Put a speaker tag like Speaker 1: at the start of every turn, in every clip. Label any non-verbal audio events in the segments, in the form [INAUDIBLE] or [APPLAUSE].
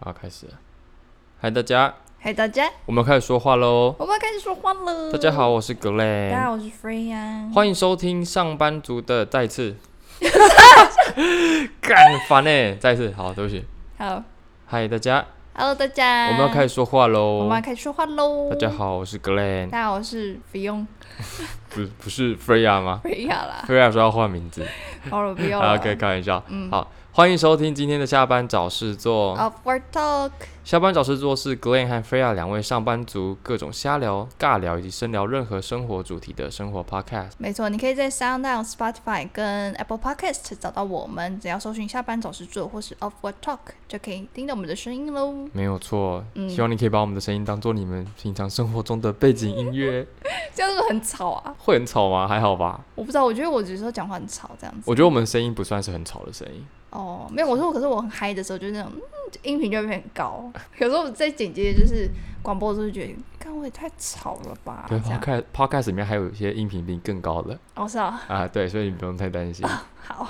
Speaker 1: 好，开始了。嗨，大家，
Speaker 2: 嗨，大家，
Speaker 1: 我们开始说话喽。
Speaker 2: 我们要开始说话了。
Speaker 1: 大家好，，我是
Speaker 2: 大家
Speaker 1: Glen，
Speaker 2: 好，我是 Freya。
Speaker 1: 欢迎收听上班族的再次。 [LAUGHS] 干烦呢，再次好，对不起。
Speaker 2: 好
Speaker 1: 嗨，大家，
Speaker 2: ，Hello，大家，
Speaker 1: 我们要开
Speaker 2: 始，
Speaker 1: 始说话
Speaker 2: 我
Speaker 1: 喽
Speaker 2: 们。要开始说话喽。
Speaker 1: 大家，好，我是 Glen，
Speaker 2: 大家好，我是 Fion
Speaker 1: 不不是 Freya 吗
Speaker 2: Freya 啦，
Speaker 1: ？Freya 说要换名字，
Speaker 2: 好
Speaker 1: [LAUGHS]
Speaker 2: 了，不要
Speaker 1: 啊，
Speaker 2: 了。
Speaker 1: 可以开玩笑。
Speaker 2: 嗯哦
Speaker 1: 好，欢迎收听今天的下班找事做。
Speaker 2: Off w o r Talk，
Speaker 1: 下班找事做是 Glenn 和 Freya 两位上班族各种瞎聊、尬聊以及深聊任何生活主题的生活 Podcast。
Speaker 2: 没错，你可以在 SoundOn、Spotify 跟 Apple Podcast 找到我们，只要搜寻“下班找事做”或是 Off w o r Talk 就可以听到我们的声音喽。
Speaker 1: 没有错，
Speaker 2: 嗯
Speaker 1: 希望你可以把我们的声音当做你们平常生活中的背景音
Speaker 2: [LAUGHS]
Speaker 1: 乐。
Speaker 2: 这样是不是很吵啊？
Speaker 1: 会很吵吗？还好吧。
Speaker 2: 我不知道，我觉得我只是说讲话很吵这样子。
Speaker 1: 我觉得我们声音不算是很吵的声音。
Speaker 2: 哦，没有，我说，可是我很嗨的时候，就是那种、嗯、音频就会变很高。 [LAUGHS] 有时候我在剪接，就是广播的时候，就觉得，看我也太吵了吧，
Speaker 1: 对
Speaker 2: 这样。
Speaker 1: ，Podcast Podcast 里面还有一些音频比你更高的
Speaker 2: 哦，是啊，
Speaker 1: 啊， [LAUGHS] 对，所以你不用太担心。 [LAUGHS]
Speaker 2: 好，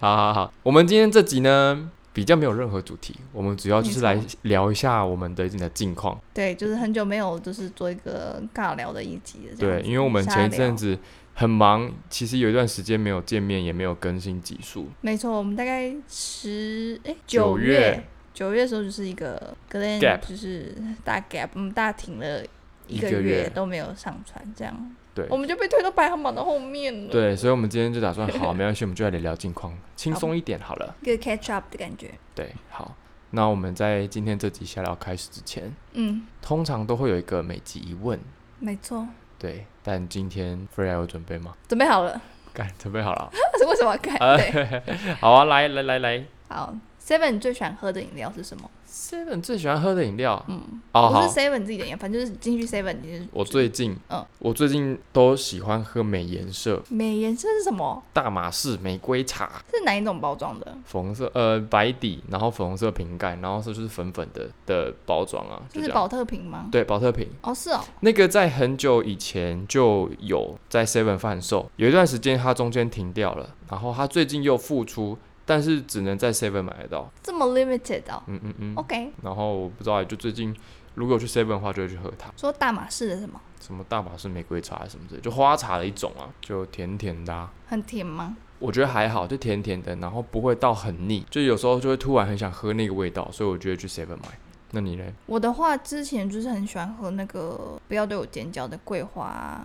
Speaker 1: 好好好，我们今天这集呢比较没有任何主题，我们主要就是来
Speaker 2: 没
Speaker 1: 聊一下我们的你的近况。
Speaker 2: 对，就是很久没有就是做一个尬聊的一集了，这样
Speaker 1: 对，
Speaker 2: 子
Speaker 1: 因为我们前一
Speaker 2: 瞎聊
Speaker 1: 阵子很忙，其实有一段时间没有见面，也没有更新集数。
Speaker 2: 没错，我们大概十哎
Speaker 1: 九
Speaker 2: 九
Speaker 1: 月
Speaker 2: 月九月的时候就是一个 Glen
Speaker 1: Gap
Speaker 2: 就是大 gap，我们大停了一
Speaker 1: 一个月
Speaker 2: 月都没有上传，这样
Speaker 1: 对
Speaker 2: 我们就被推到排行榜的后面了，，
Speaker 1: 对，所以我们今天就打算，
Speaker 2: [LAUGHS]
Speaker 1: 好，没关系，我们就来聊聊近况，轻松一点好了。
Speaker 2: 一个 catch up 的感觉，
Speaker 1: 对，好，那我们在今天这集下聊开始之前，
Speaker 2: 嗯，
Speaker 1: 通常都会有一个每集疑问，
Speaker 2: 没错，
Speaker 1: 对，但今天 Freya 有准备吗？
Speaker 2: 准备好了。
Speaker 1: [LAUGHS]
Speaker 2: [LAUGHS]
Speaker 1: 干，准备好 [LAUGHS] 了啊，呃
Speaker 2: 为什么要改？对，
Speaker 1: [LAUGHS] 好啊，来来来来
Speaker 2: 好，Seven 你最喜欢喝的饮料是什么？
Speaker 1: ，Seven 最喜欢喝的饮料，
Speaker 2: 嗯，
Speaker 1: 哦
Speaker 2: 不
Speaker 1: 好
Speaker 2: 是，Seven 自己的饮料，反正就是进去 Seven 你就是
Speaker 1: 我最近，
Speaker 2: 嗯
Speaker 1: 我最近都喜欢喝美颜色
Speaker 2: 美颜色是什么？
Speaker 1: 大马士玫瑰茶，
Speaker 2: 是哪一种包装的？
Speaker 1: 粉红色呃白底，然后粉红色瓶盖，然后是就是粉粉的的包装啊，就
Speaker 2: 这
Speaker 1: 是这样。
Speaker 2: 宝特瓶吗？
Speaker 1: 对，保特瓶
Speaker 2: 哦，是哦，
Speaker 1: 那个在很久以前就有在 Seven 贩售，有一段时间它中间停掉了，然后它最近又复出，但是只能在 Seven 买得到。
Speaker 2: 这么 limited 哦。
Speaker 1: 嗯嗯嗯。
Speaker 2: OK，
Speaker 1: 然后我不知道，就最近如果我去 Seven 的话，就会去喝它，
Speaker 2: 说大马士的什么？
Speaker 1: 什么大马士玫瑰茶什么之类，就花茶的一种啊，就甜甜的、啊。
Speaker 2: 很甜吗？
Speaker 1: 我觉得还好，就甜甜的，然后不会到很腻，就有时候就会突然很想喝那个味道，所以我觉得去 Seven 买。那你呢？
Speaker 2: 我的话之前就是很喜欢喝那个不要对我尖叫的桂花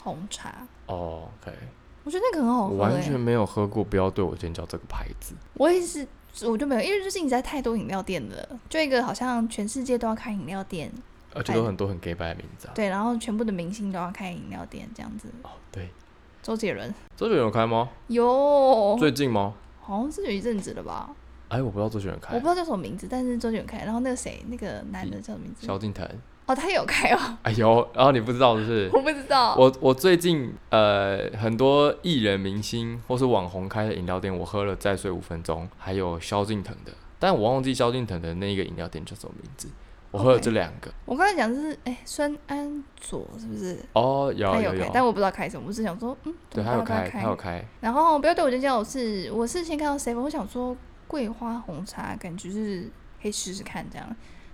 Speaker 2: 红茶，
Speaker 1: 哦，OK、
Speaker 2: 哦我觉得那个很
Speaker 1: o
Speaker 2: 好
Speaker 1: k 我
Speaker 2: 喝
Speaker 1: 完
Speaker 2: 诶、
Speaker 1: 全没有喝过，不要对我尖叫这个牌子。
Speaker 2: 我也是，我就没有，因为最近实在太多饮料店了，就一个好像全世界都要开饮料店，
Speaker 1: 而且都很多很 gay 白的名字啊。
Speaker 2: 对，然后全部的明星都要开饮料店这样子。
Speaker 1: 哦，对，
Speaker 2: 周杰伦
Speaker 1: 周杰伦有开吗？
Speaker 2: 有，
Speaker 1: 最近吗？
Speaker 2: 好像是有一阵子了吧，
Speaker 1: 哎，我不知道周杰伦
Speaker 2: 我不
Speaker 1: 开嗯
Speaker 2: 知。道叫什么名字，但是周杰伦开。然后那个谁，那个男的叫什么名字？
Speaker 1: 萧敬腾。
Speaker 2: 哦，他也有开哦，
Speaker 1: 哎呦，然后你不知道是不是？
Speaker 2: 我不知道。
Speaker 1: 我我最近呃很多艺人、明星或是网红开的饮料店，我喝了再睡五分钟，还有萧敬腾的，但我忘记萧敬腾的那个饮料店叫什么名字。我喝了
Speaker 2: OK
Speaker 1: 这两个。
Speaker 2: 我刚才讲的是，哎，孙安佐是不是？
Speaker 1: 哦，有
Speaker 2: 他
Speaker 1: 有
Speaker 2: 开，
Speaker 1: 有，
Speaker 2: 但我不知道开什么，我只想说，嗯，
Speaker 1: 对，
Speaker 2: 怎
Speaker 1: 他
Speaker 2: 么
Speaker 1: 有
Speaker 2: 大家
Speaker 1: 开，
Speaker 2: 都
Speaker 1: 他
Speaker 2: 要
Speaker 1: 有开。
Speaker 2: 然后不要对我尖叫，我是我是先看到 seven，我想说桂花红茶感觉是可以试试看这样，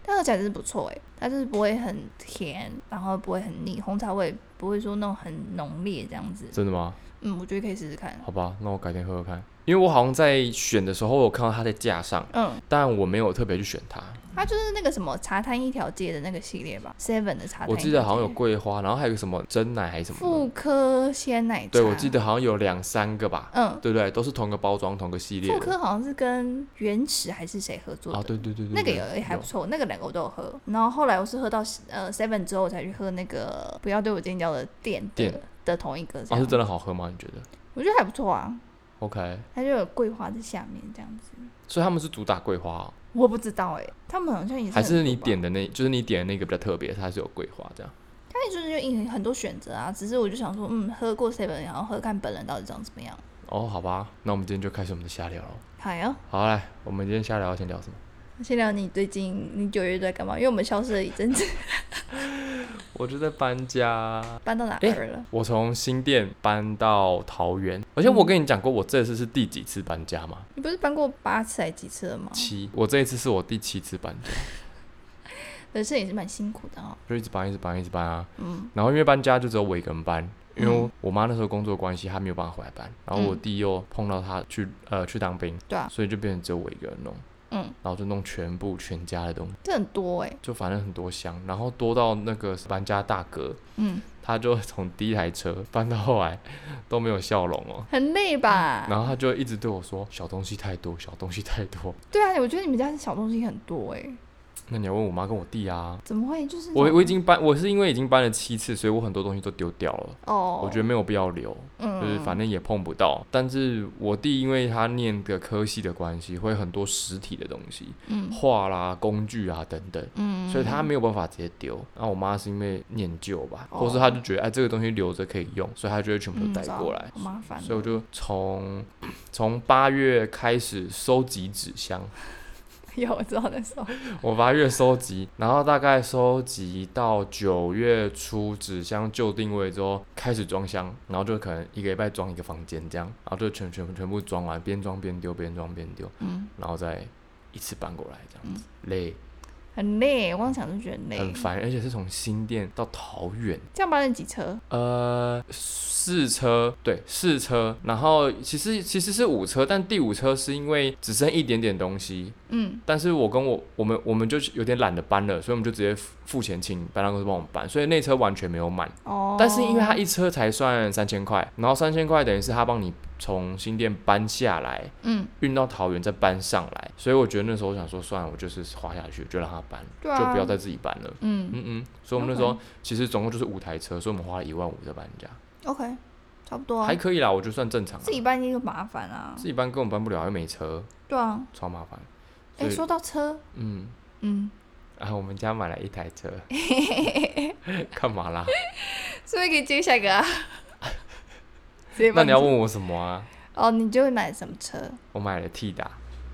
Speaker 2: 但喝起来真是不错诶，它就是不会很甜，然后不会很腻，红茶味不会说那种很浓烈这样子。
Speaker 1: 真的吗？
Speaker 2: 嗯，我觉得可以试试看。
Speaker 1: 好吧，那我改天喝喝看。因为我好像在选的时候，我看到它在架上，
Speaker 2: 嗯，
Speaker 1: 但我没有特别去选它。
Speaker 2: 它就是那个什么茶摊一条街的那个系列吧，Seven 的茶摊一条街。
Speaker 1: 我记得好像有桂花，然后还有个什么真奶还是什么
Speaker 2: 妇
Speaker 1: 的，
Speaker 2: 科鲜奶茶。
Speaker 1: 对我记。得好像有两三个吧，
Speaker 2: 嗯，
Speaker 1: 对不对？都是同个包装、同个系列
Speaker 2: 妇
Speaker 1: 的。
Speaker 2: 科好像是跟原始还是谁合作的？
Speaker 1: 啊，对对对对，
Speaker 2: 那个
Speaker 1: 对
Speaker 2: 也也还不错，那个两个我都有喝。然后后来我是喝到呃 Seven 之后，我才去喝那个不要对我尖叫的店的
Speaker 1: 店
Speaker 2: 的同一个这
Speaker 1: 啊，
Speaker 2: 样。
Speaker 1: 是真的好喝吗？你觉得
Speaker 2: 我觉得还不错啊，
Speaker 1: ？OK，
Speaker 2: 它就有桂花在下面这样子。
Speaker 1: 所以他们是主打桂花哦，
Speaker 2: 我不知道哎、他们好像也是
Speaker 1: 还是
Speaker 2: 很多
Speaker 1: 你
Speaker 2: 吧
Speaker 1: 点的那，就是你点的那个比较特别，它是有桂花这样。
Speaker 2: 它也就是有很多选择啊，只是我就想说，嗯，喝过 seven，然后喝看本人到底长怎么样。
Speaker 1: 哦，好吧，那我们今天就开始我们的瞎聊了。
Speaker 2: 好呀，
Speaker 1: 好，来，我们今天瞎聊先聊什么？
Speaker 2: 先聊你最近你九月都在干嘛？因为我们消失了一阵子，
Speaker 1: 我就在搬家。
Speaker 2: 搬到哪
Speaker 1: 诶
Speaker 2: 儿了？
Speaker 1: 我从新店搬到桃园，而且我
Speaker 2: 嗯
Speaker 1: 跟你讲过，我这次是第几次搬家吗？
Speaker 2: 你不是搬过八次还几次了吗？
Speaker 1: 七，我这一次是我第七次搬家，
Speaker 2: 人生也是蛮辛苦的哦。
Speaker 1: 就一直搬，一直搬，一直搬啊。
Speaker 2: 嗯，
Speaker 1: 然后因为搬家就只有我一个人搬，因为
Speaker 2: 嗯
Speaker 1: 我妈那时候工作关系，她没有办法回来搬，然后我
Speaker 2: 嗯
Speaker 1: 弟又碰到她去呃去当兵，
Speaker 2: 对啊，
Speaker 1: 所以就变成只有我一个人弄，
Speaker 2: 嗯，
Speaker 1: 然后就弄全部全家的东西，
Speaker 2: 这很多哎、
Speaker 1: 就反正很多箱，然后多到那个搬家大哥，
Speaker 2: 嗯，
Speaker 1: 他就从第一台车搬到后来都没有笑容
Speaker 2: [LAUGHS]
Speaker 1: 哦。
Speaker 2: 很累吧？
Speaker 1: 然后他就一直对我说：“小东西太多，小东西太多。 [LAUGHS]
Speaker 2: 对啊，我觉得你们家的小东西很多哎、”
Speaker 1: 那你要问我妈跟我弟啊。
Speaker 2: 怎么会就是
Speaker 1: 我
Speaker 2: 这
Speaker 1: 我已
Speaker 2: 种
Speaker 1: 经搬，我是因为已经搬了七次，所以我很多东西都丢掉了。
Speaker 2: 哦，
Speaker 1: 我觉得没有必要留，
Speaker 2: 嗯，
Speaker 1: 就是反正也碰不到。但是我弟因为他念的科系的关系，会很多实体的东西，
Speaker 2: 嗯
Speaker 1: 画啦、工具啊等等，
Speaker 2: 嗯，
Speaker 1: 所以他没有办法直接丢。那、我妈是因为念旧吧，
Speaker 2: 哦
Speaker 1: 或是她就觉得哎这个东西留着可以用，所以她就会全部
Speaker 2: 嗯
Speaker 1: 都带
Speaker 2: 知道
Speaker 1: 过来。
Speaker 2: 好麻烦哦。
Speaker 1: 所以我就从从八月开始收集纸箱，
Speaker 2: [LAUGHS] 有我知道那时候，
Speaker 1: 我八月收集，然后大概收集到九月初纸箱就定位之后开始装箱，然后就可能一个礼拜装一个房间这样，然后就全全全部装完，边装边丢，边装边丢，
Speaker 2: 嗯，
Speaker 1: 然后再一次搬过来这样子，累，
Speaker 2: 很累，我光想就觉得嗯累。
Speaker 1: 很烦，而且是从新店到桃园，
Speaker 2: 这样搬了几车？
Speaker 1: 呃，四车对四车，然后其实其实是五车，但第五车是因为只剩一点点东西，
Speaker 2: 嗯
Speaker 1: 但是我跟我我们我们就是有点懒得搬了，所以我们就直接付付钱请搬家公司帮我们搬，所以那车完全没有满。
Speaker 2: 哦，
Speaker 1: 但是因为他一车才算三千块，然后三千块等于是他帮你从新店搬下来，
Speaker 2: 嗯
Speaker 1: 运到桃园再搬上来，所以我觉得那时候我想说，算了，我就是花下去，就让他搬，
Speaker 2: 对啊
Speaker 1: 就不要再自己搬了。
Speaker 2: 嗯
Speaker 1: 嗯嗯，所以我们那时候
Speaker 2: OK
Speaker 1: 其实总共就是五台车，所以我们花了一万五在搬家，
Speaker 2: OK，差不多啊
Speaker 1: 还。可以啦，我觉得算正常、啊。
Speaker 2: 自己搬就麻烦啊
Speaker 1: 自，己搬根本搬不了，又没车，
Speaker 2: 对啊。
Speaker 1: 超麻烦。
Speaker 2: 哎、
Speaker 1: 所以
Speaker 2: 说到车，
Speaker 1: 嗯， [LAUGHS]
Speaker 2: 嗯，
Speaker 1: 啊，我们家买了一台 [LAUGHS] 车，干嘛啦？
Speaker 2: 所以可以接下一个啊。 [LAUGHS] 直接
Speaker 1: 那
Speaker 2: 帮
Speaker 1: 你要问我什么啊？
Speaker 2: 哦，你就会买什么车？
Speaker 1: 我买了 T 打，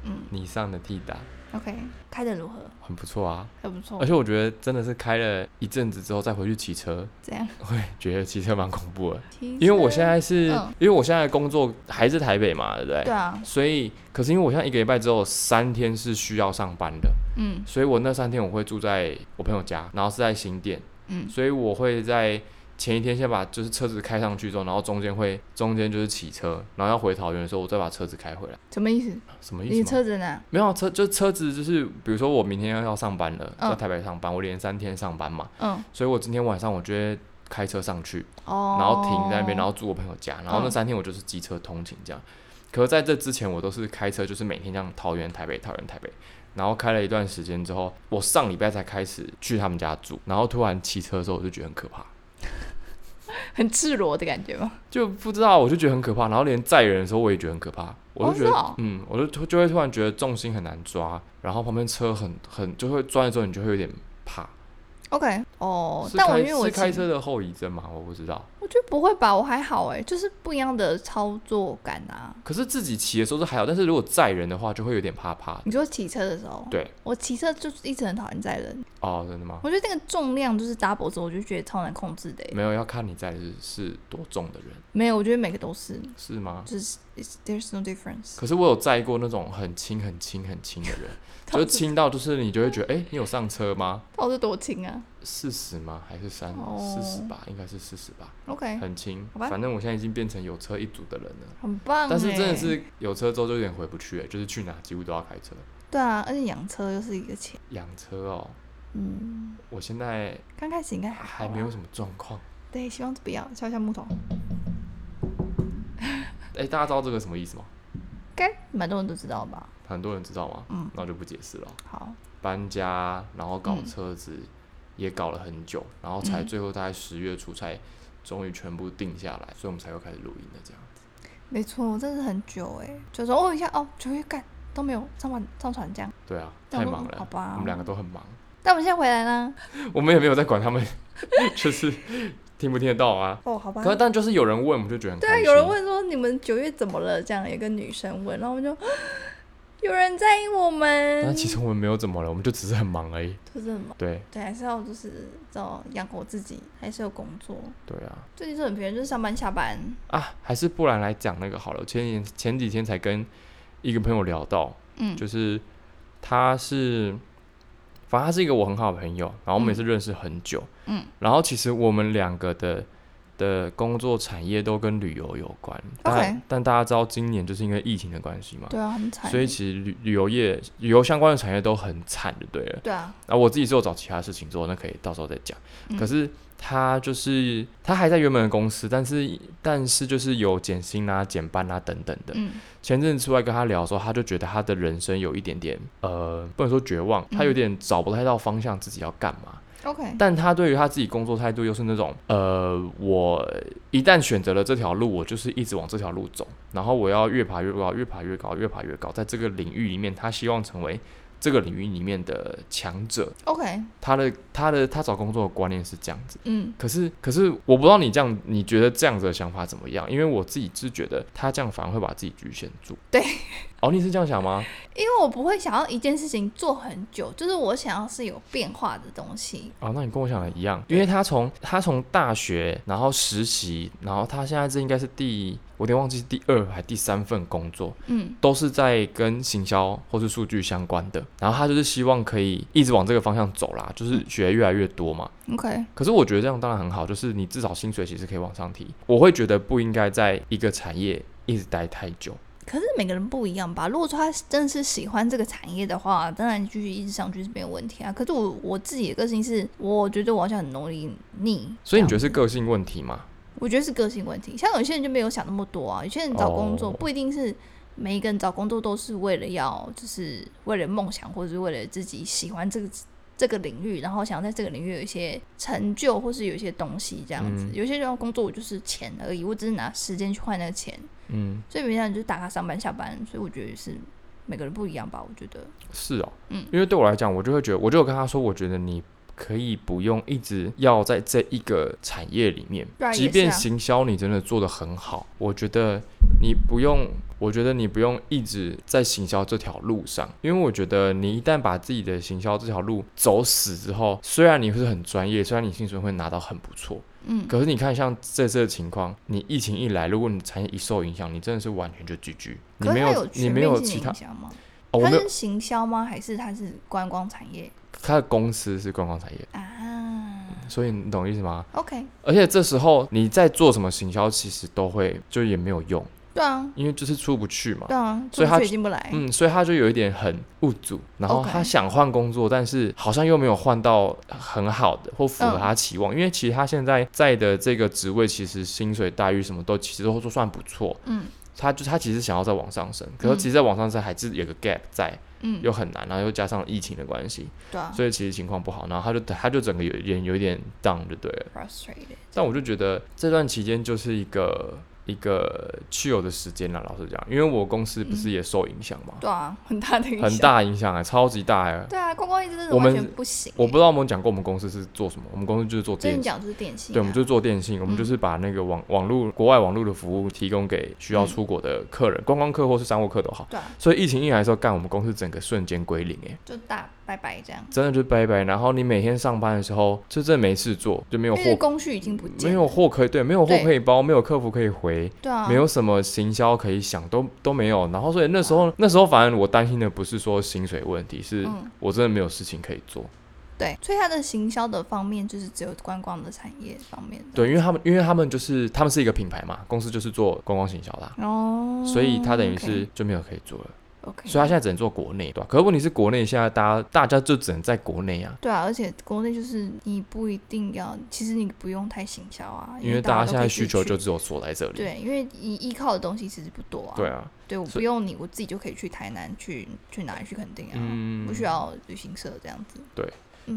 Speaker 2: 嗯
Speaker 1: 你上的 T 打
Speaker 2: ，OK，开的如何？
Speaker 1: 很不错啊，
Speaker 2: 还不错
Speaker 1: 而，且我觉得真的是开了一阵子之后再回去骑车，
Speaker 2: 这样。
Speaker 1: 会觉得骑车蛮恐怖的，
Speaker 2: 因
Speaker 1: 因为我现在是、
Speaker 2: 嗯
Speaker 1: 因为我现在工作还是台北嘛，对不对？
Speaker 2: 对啊，
Speaker 1: 所以，可是因为我现在一个礼拜只有三天是需要上班的，
Speaker 2: 嗯
Speaker 1: 所以我那三天我会住在我朋友家，然后是在新店，
Speaker 2: 嗯
Speaker 1: 所以我会在前一天先把就是车子开上去之后，然后中间会中间就是骑车，然后要回桃园的时候，我再把车子开回来。
Speaker 2: 什么意思？
Speaker 1: 什么
Speaker 2: 你
Speaker 1: 意
Speaker 2: 的
Speaker 1: 思吗？
Speaker 2: 车子呢？
Speaker 1: 没有啊车，就车子就是，比如说我明天要要上班了，
Speaker 2: 嗯
Speaker 1: 在台北上班，我连三天上班嘛，
Speaker 2: 嗯，
Speaker 1: 所以我今天晚上我就会开车上去，
Speaker 2: 哦，
Speaker 1: 然后停在那边，然后住我朋友家，然后那
Speaker 2: 嗯
Speaker 1: 三天我就是机车通勤这样。可是在这之前，我都是开车，就是每天这样桃园台北桃园台北，然后开了一段时间之后，我上礼拜才开始去他们家住，然后突然骑车的时候，我就觉得很可怕，
Speaker 2: 很赤裸的感觉吗？
Speaker 1: 就不知道我就觉得很可怕，然后连载人的时候我也觉得很可怕，我就觉
Speaker 2: 是
Speaker 1: 得、
Speaker 2: 哦
Speaker 1: 嗯，我就突就会突然觉得重心很难抓，然后旁边车很很就会钻的时候，你就会有点怕。
Speaker 2: OK，哦，
Speaker 1: 是
Speaker 2: 但我
Speaker 1: 开
Speaker 2: 因为我
Speaker 1: 是开
Speaker 2: 骑
Speaker 1: 车的后遗症嘛，我不知道。
Speaker 2: 我觉得不会吧，我还好哎，就是不一样的操作感啊。
Speaker 1: 可是自己骑的时候是还好，但是如果载人的话，就会有点怕怕的。
Speaker 2: 你说骑车的时候，
Speaker 1: 对，
Speaker 2: 我骑车就是一直很讨厌载人，
Speaker 1: 哦，真的吗？
Speaker 2: 我觉得那个重量就是 double 之后，我就觉得超难控制的欸。
Speaker 1: 没有，要看你载的是是多重的人，
Speaker 2: 没有，我觉得每个都是，
Speaker 1: 是吗？
Speaker 2: 就是 it's- there's no difference。
Speaker 1: 可是我有载过那种很轻、很轻、很轻的人，
Speaker 2: [LAUGHS]
Speaker 1: 就
Speaker 2: 到
Speaker 1: 是
Speaker 2: 底
Speaker 1: 轻到就是你就会觉得，哎、你有上车吗？
Speaker 2: 到底是多轻啊
Speaker 1: 四十吗？还是三
Speaker 2: 哦
Speaker 1: 四十吧？应该是四十吧，
Speaker 2: ？OK，
Speaker 1: 很轻。
Speaker 2: 哎好吧
Speaker 1: 反正我现在已经变成有车一族的人了。
Speaker 2: 很棒欸。
Speaker 1: 但是真的是有车之后就有点回不去了，欸就是去哪几乎都要开车。
Speaker 2: 对啊，而且养车又是一个钱，
Speaker 1: 养车哦，
Speaker 2: 嗯，
Speaker 1: 我现在
Speaker 2: 刚开始应该好
Speaker 1: 还
Speaker 2: 啦
Speaker 1: 没有什么状况。
Speaker 2: 对，希望不要敲一下木头，嗯
Speaker 1: 哎、大家知道这个什么意思吗？
Speaker 2: 应该蛮多人都知道吧？
Speaker 1: 很多人知道吗？
Speaker 2: 嗯
Speaker 1: 那我就不解释了。
Speaker 2: 好，
Speaker 1: 搬家，然后搞
Speaker 2: 嗯
Speaker 1: 车子，也搞了很久，然后才
Speaker 2: 嗯
Speaker 1: 最后大概十月初才终于全部定下来，所以我们才会开始录音的这样子。
Speaker 2: 没错，真的很久哎，就说哦一下哦，九月干都没有上完上传这样，
Speaker 1: 对啊，
Speaker 2: 但
Speaker 1: 太
Speaker 2: 我
Speaker 1: 忙
Speaker 2: 好
Speaker 1: 了，
Speaker 2: 吧，
Speaker 1: 我们两个都很忙，
Speaker 2: 但我们现在回来啦，
Speaker 1: 我们也没有在管他们， [LAUGHS] 就是听不听得到啊。
Speaker 2: 哦，好吧
Speaker 1: 可是但就是有人问，我们就觉得很
Speaker 2: 对啊，
Speaker 1: 开
Speaker 2: 有人
Speaker 1: 心，
Speaker 2: 问说你们九月怎么了？这样有一个女生问，然后我们就。有人在意我们，
Speaker 1: 但其实我们没有怎么了，我们就只是很忙而已。
Speaker 2: 就是很忙。
Speaker 1: 对
Speaker 2: 对，还是要就是找养活自己，还是有工作。
Speaker 1: 对啊
Speaker 2: 最近就很疲倦，就是上班下班。
Speaker 1: 啊，还是不然来讲那个好了。我前几天前几天才跟一个朋友聊到，
Speaker 2: 嗯，
Speaker 1: 就是他是，反正他是一个我很好的朋友，然后我们也
Speaker 2: 嗯
Speaker 1: 是认识很久，
Speaker 2: 嗯，
Speaker 1: 然后其实我们两个的的工作产业都跟旅游有关，但但大家知道今年就是因为疫情的关系嘛，
Speaker 2: 对啊，很惨。
Speaker 1: 所以其实旅旅游业旅游相关的产业都很惨，就对了。
Speaker 2: 对啊，
Speaker 1: 啊，我自己是有找其他事情做，那可以到时候再讲。
Speaker 2: 嗯
Speaker 1: 可是他就是他还在原本的公司，但是但是就是有减薪啊、减班啊等等的。
Speaker 2: 嗯
Speaker 1: 前阵子出来跟他聊的时候，他就觉得他的人生有一点点呃，不能说绝望，他有
Speaker 2: 嗯
Speaker 1: 点找不太到方向，自己要干嘛。
Speaker 2: ，OK，
Speaker 1: 但他对于他自己工作态度又是那种，呃，我一旦选择了这条路，我就是一直往这条路走，然后我要越爬越高，越爬越高，越爬越高，在这个领域里面，他希望成为这个领域里面的强者。
Speaker 2: OK，
Speaker 1: 他的他的他找工作的观念是这样子。
Speaker 2: 嗯
Speaker 1: 可是，可是我不知道你这样，你觉得这样子的想法怎么样？因为我自己是觉得他这样反而会把自己局限住。
Speaker 2: 对，
Speaker 1: 哦，你是这样想吗？
Speaker 2: 因为我不会想要一件事情做很久，就是我想要是有变化的东西。
Speaker 1: 哦，那你跟我想的一样，因为他从他从大学，然后实习，然后他现在这应该是第，我有点忘记是第二还第三份工作，
Speaker 2: 嗯
Speaker 1: 都是在跟行销或是数据相关的。然后他就是希望可以一直往这个方向走啦，就是学越来越多嘛。
Speaker 2: ，OK，
Speaker 1: 可是我觉得这样当然很好，就是你至少薪水其实可以往上提。我会觉得不应该在一个产业一直待太久。
Speaker 2: 可是每个人不一样吧？如果说他真的是喜欢这个产业的话，当然你继续一直上去是没有问题啊。可是我我自己的个性是，我觉得我好像很容易腻，
Speaker 1: 所以你觉得是
Speaker 2: 这样子？
Speaker 1: 个性问题吗？
Speaker 2: 我觉得是个性问题。像有些人就没有想那么多啊，有些人找工作、
Speaker 1: 哦
Speaker 2: 不一定是。每一个人找工作都是为了要，就是为了梦想，或者是为了自己喜欢这个这个领域，然后想在这个领域有一些成就，或是有一些东西这样子。
Speaker 1: 嗯
Speaker 2: 有些人要工作，我就是钱而已，我只是拿时间去换那个钱。
Speaker 1: 嗯，
Speaker 2: 所以每天就是打卡上班下班，所以我觉得是每个人不一样吧。我觉得，
Speaker 1: 是哦，
Speaker 2: 嗯
Speaker 1: 因为对我来讲，我就会觉得，我就有跟他说，我觉得你可以不用一直要在这一个产业里面，
Speaker 2: 对啊也
Speaker 1: 即
Speaker 2: 是
Speaker 1: 便
Speaker 2: 啊
Speaker 1: 行销你真的做得很好，我觉得你不用，我觉得你不用一直在行销这条路上，因为我觉得你一旦把自己的行销这条路走死之后，虽然你会是很专业，虽然你薪水会拿到很不错，
Speaker 2: 嗯，
Speaker 1: 可是你看，像这次的情况，你疫情一来，如果你产业一受影响，你真的是完全就 GG，你
Speaker 2: 可是
Speaker 1: 没
Speaker 2: 它
Speaker 1: 你
Speaker 2: 全
Speaker 1: 没有
Speaker 2: 面
Speaker 1: 其
Speaker 2: 性的
Speaker 1: 他
Speaker 2: 影，响吗？
Speaker 1: 哦，我
Speaker 2: 它
Speaker 1: 没有
Speaker 2: 是行销吗？还是它是观光产业
Speaker 1: 他的公司是观光产业，
Speaker 2: 啊
Speaker 1: 所以你懂我意思吗？
Speaker 2: ？OK，
Speaker 1: 而且这时候你在做什么行销，其实都会就也没有用，
Speaker 2: 对啊，
Speaker 1: 因为就是出不去嘛。
Speaker 2: 对啊，
Speaker 1: 所以
Speaker 2: 出
Speaker 1: 它
Speaker 2: 去进不来。
Speaker 1: 嗯，所以他就有一点很物主，然后
Speaker 2: OK
Speaker 1: 他想换工作但是好像又没有换到很好的或符合他期
Speaker 2: 嗯
Speaker 1: 望，因为其实他现在在的这个职位，其实薪水待遇什么都其实都算不错，
Speaker 2: 嗯
Speaker 1: 他就他其实想要再往上升，可是
Speaker 2: 嗯
Speaker 1: 其实再往上升还是有个 gap 在，
Speaker 2: 嗯，
Speaker 1: 又很难，然后又加上疫情的关系，
Speaker 2: 对啊
Speaker 1: 所以其实情况不好，然后他就他就整个有一点有一点 down 就对了。
Speaker 2: ，frustrated。
Speaker 1: 但我就觉得这段期间就是一个一个去游的时间啦，老实讲，因为我公司不是也受影响嘛，
Speaker 2: 嗯对啊，很大的影响。
Speaker 1: 很。大影响哎、超级大哎、
Speaker 2: 对啊，观光业真的是
Speaker 1: 我们
Speaker 2: 完全不行欸。
Speaker 1: 我不知道我们讲过我们公司是做什么，我们公司就是做
Speaker 2: 跟
Speaker 1: 电
Speaker 2: 你
Speaker 1: 信，
Speaker 2: 讲就是电信啊。
Speaker 1: 对，我们就是做电信，我们就是把那个网网络国外网络的服务提供给需要
Speaker 2: 嗯
Speaker 1: 出国的客人，观光客或是商务客都好。
Speaker 2: 对啊，
Speaker 1: 所以疫情一来的时候，干我们公司整个瞬间归零哎、
Speaker 2: 就大拜拜这样。
Speaker 1: 真的就拜拜。然后你每天上班的时候，就真的没事做，就没有
Speaker 2: 因为
Speaker 1: 货，
Speaker 2: 工序已经不见
Speaker 1: 没
Speaker 2: 了。
Speaker 1: 有货可以对，没有货
Speaker 2: 对
Speaker 1: 可以包，没有客服可以回，
Speaker 2: 对啊，
Speaker 1: 没有什么行销可以想，都都没有。然后所以那时候那时候反正我担心的不是说薪水问题，是
Speaker 2: 嗯
Speaker 1: 我真的没有事情可以做。
Speaker 2: 对，所以它的行销的方面就是只有观光的产业方面的。
Speaker 1: 对，因为他们因为他们就是他们是一个品牌嘛，公司就是做观光行销啦。
Speaker 2: 哦，
Speaker 1: 所以他等于是就没有可以做了，
Speaker 2: OK，,
Speaker 1: 所以他现在只能做国内，对吧、可是问题是国内现在大家大家就只能在国内啊，
Speaker 2: 对啊，而且国内就是你不一定要，其实你不用太行销啊，
Speaker 1: 因
Speaker 2: 为
Speaker 1: 为大家
Speaker 2: 都
Speaker 1: 现
Speaker 2: 可
Speaker 1: 在
Speaker 2: 以自己
Speaker 1: 需求就
Speaker 2: 去
Speaker 1: 只有锁在这里。啊
Speaker 2: 对，因为你依靠的东西其实不多啊。
Speaker 1: 对，啊，
Speaker 2: 对，我
Speaker 1: 所
Speaker 2: 不用你，我自己就可以去台南，去去哪里去垦丁啊，
Speaker 1: 嗯
Speaker 2: 不，需要旅行社这样子。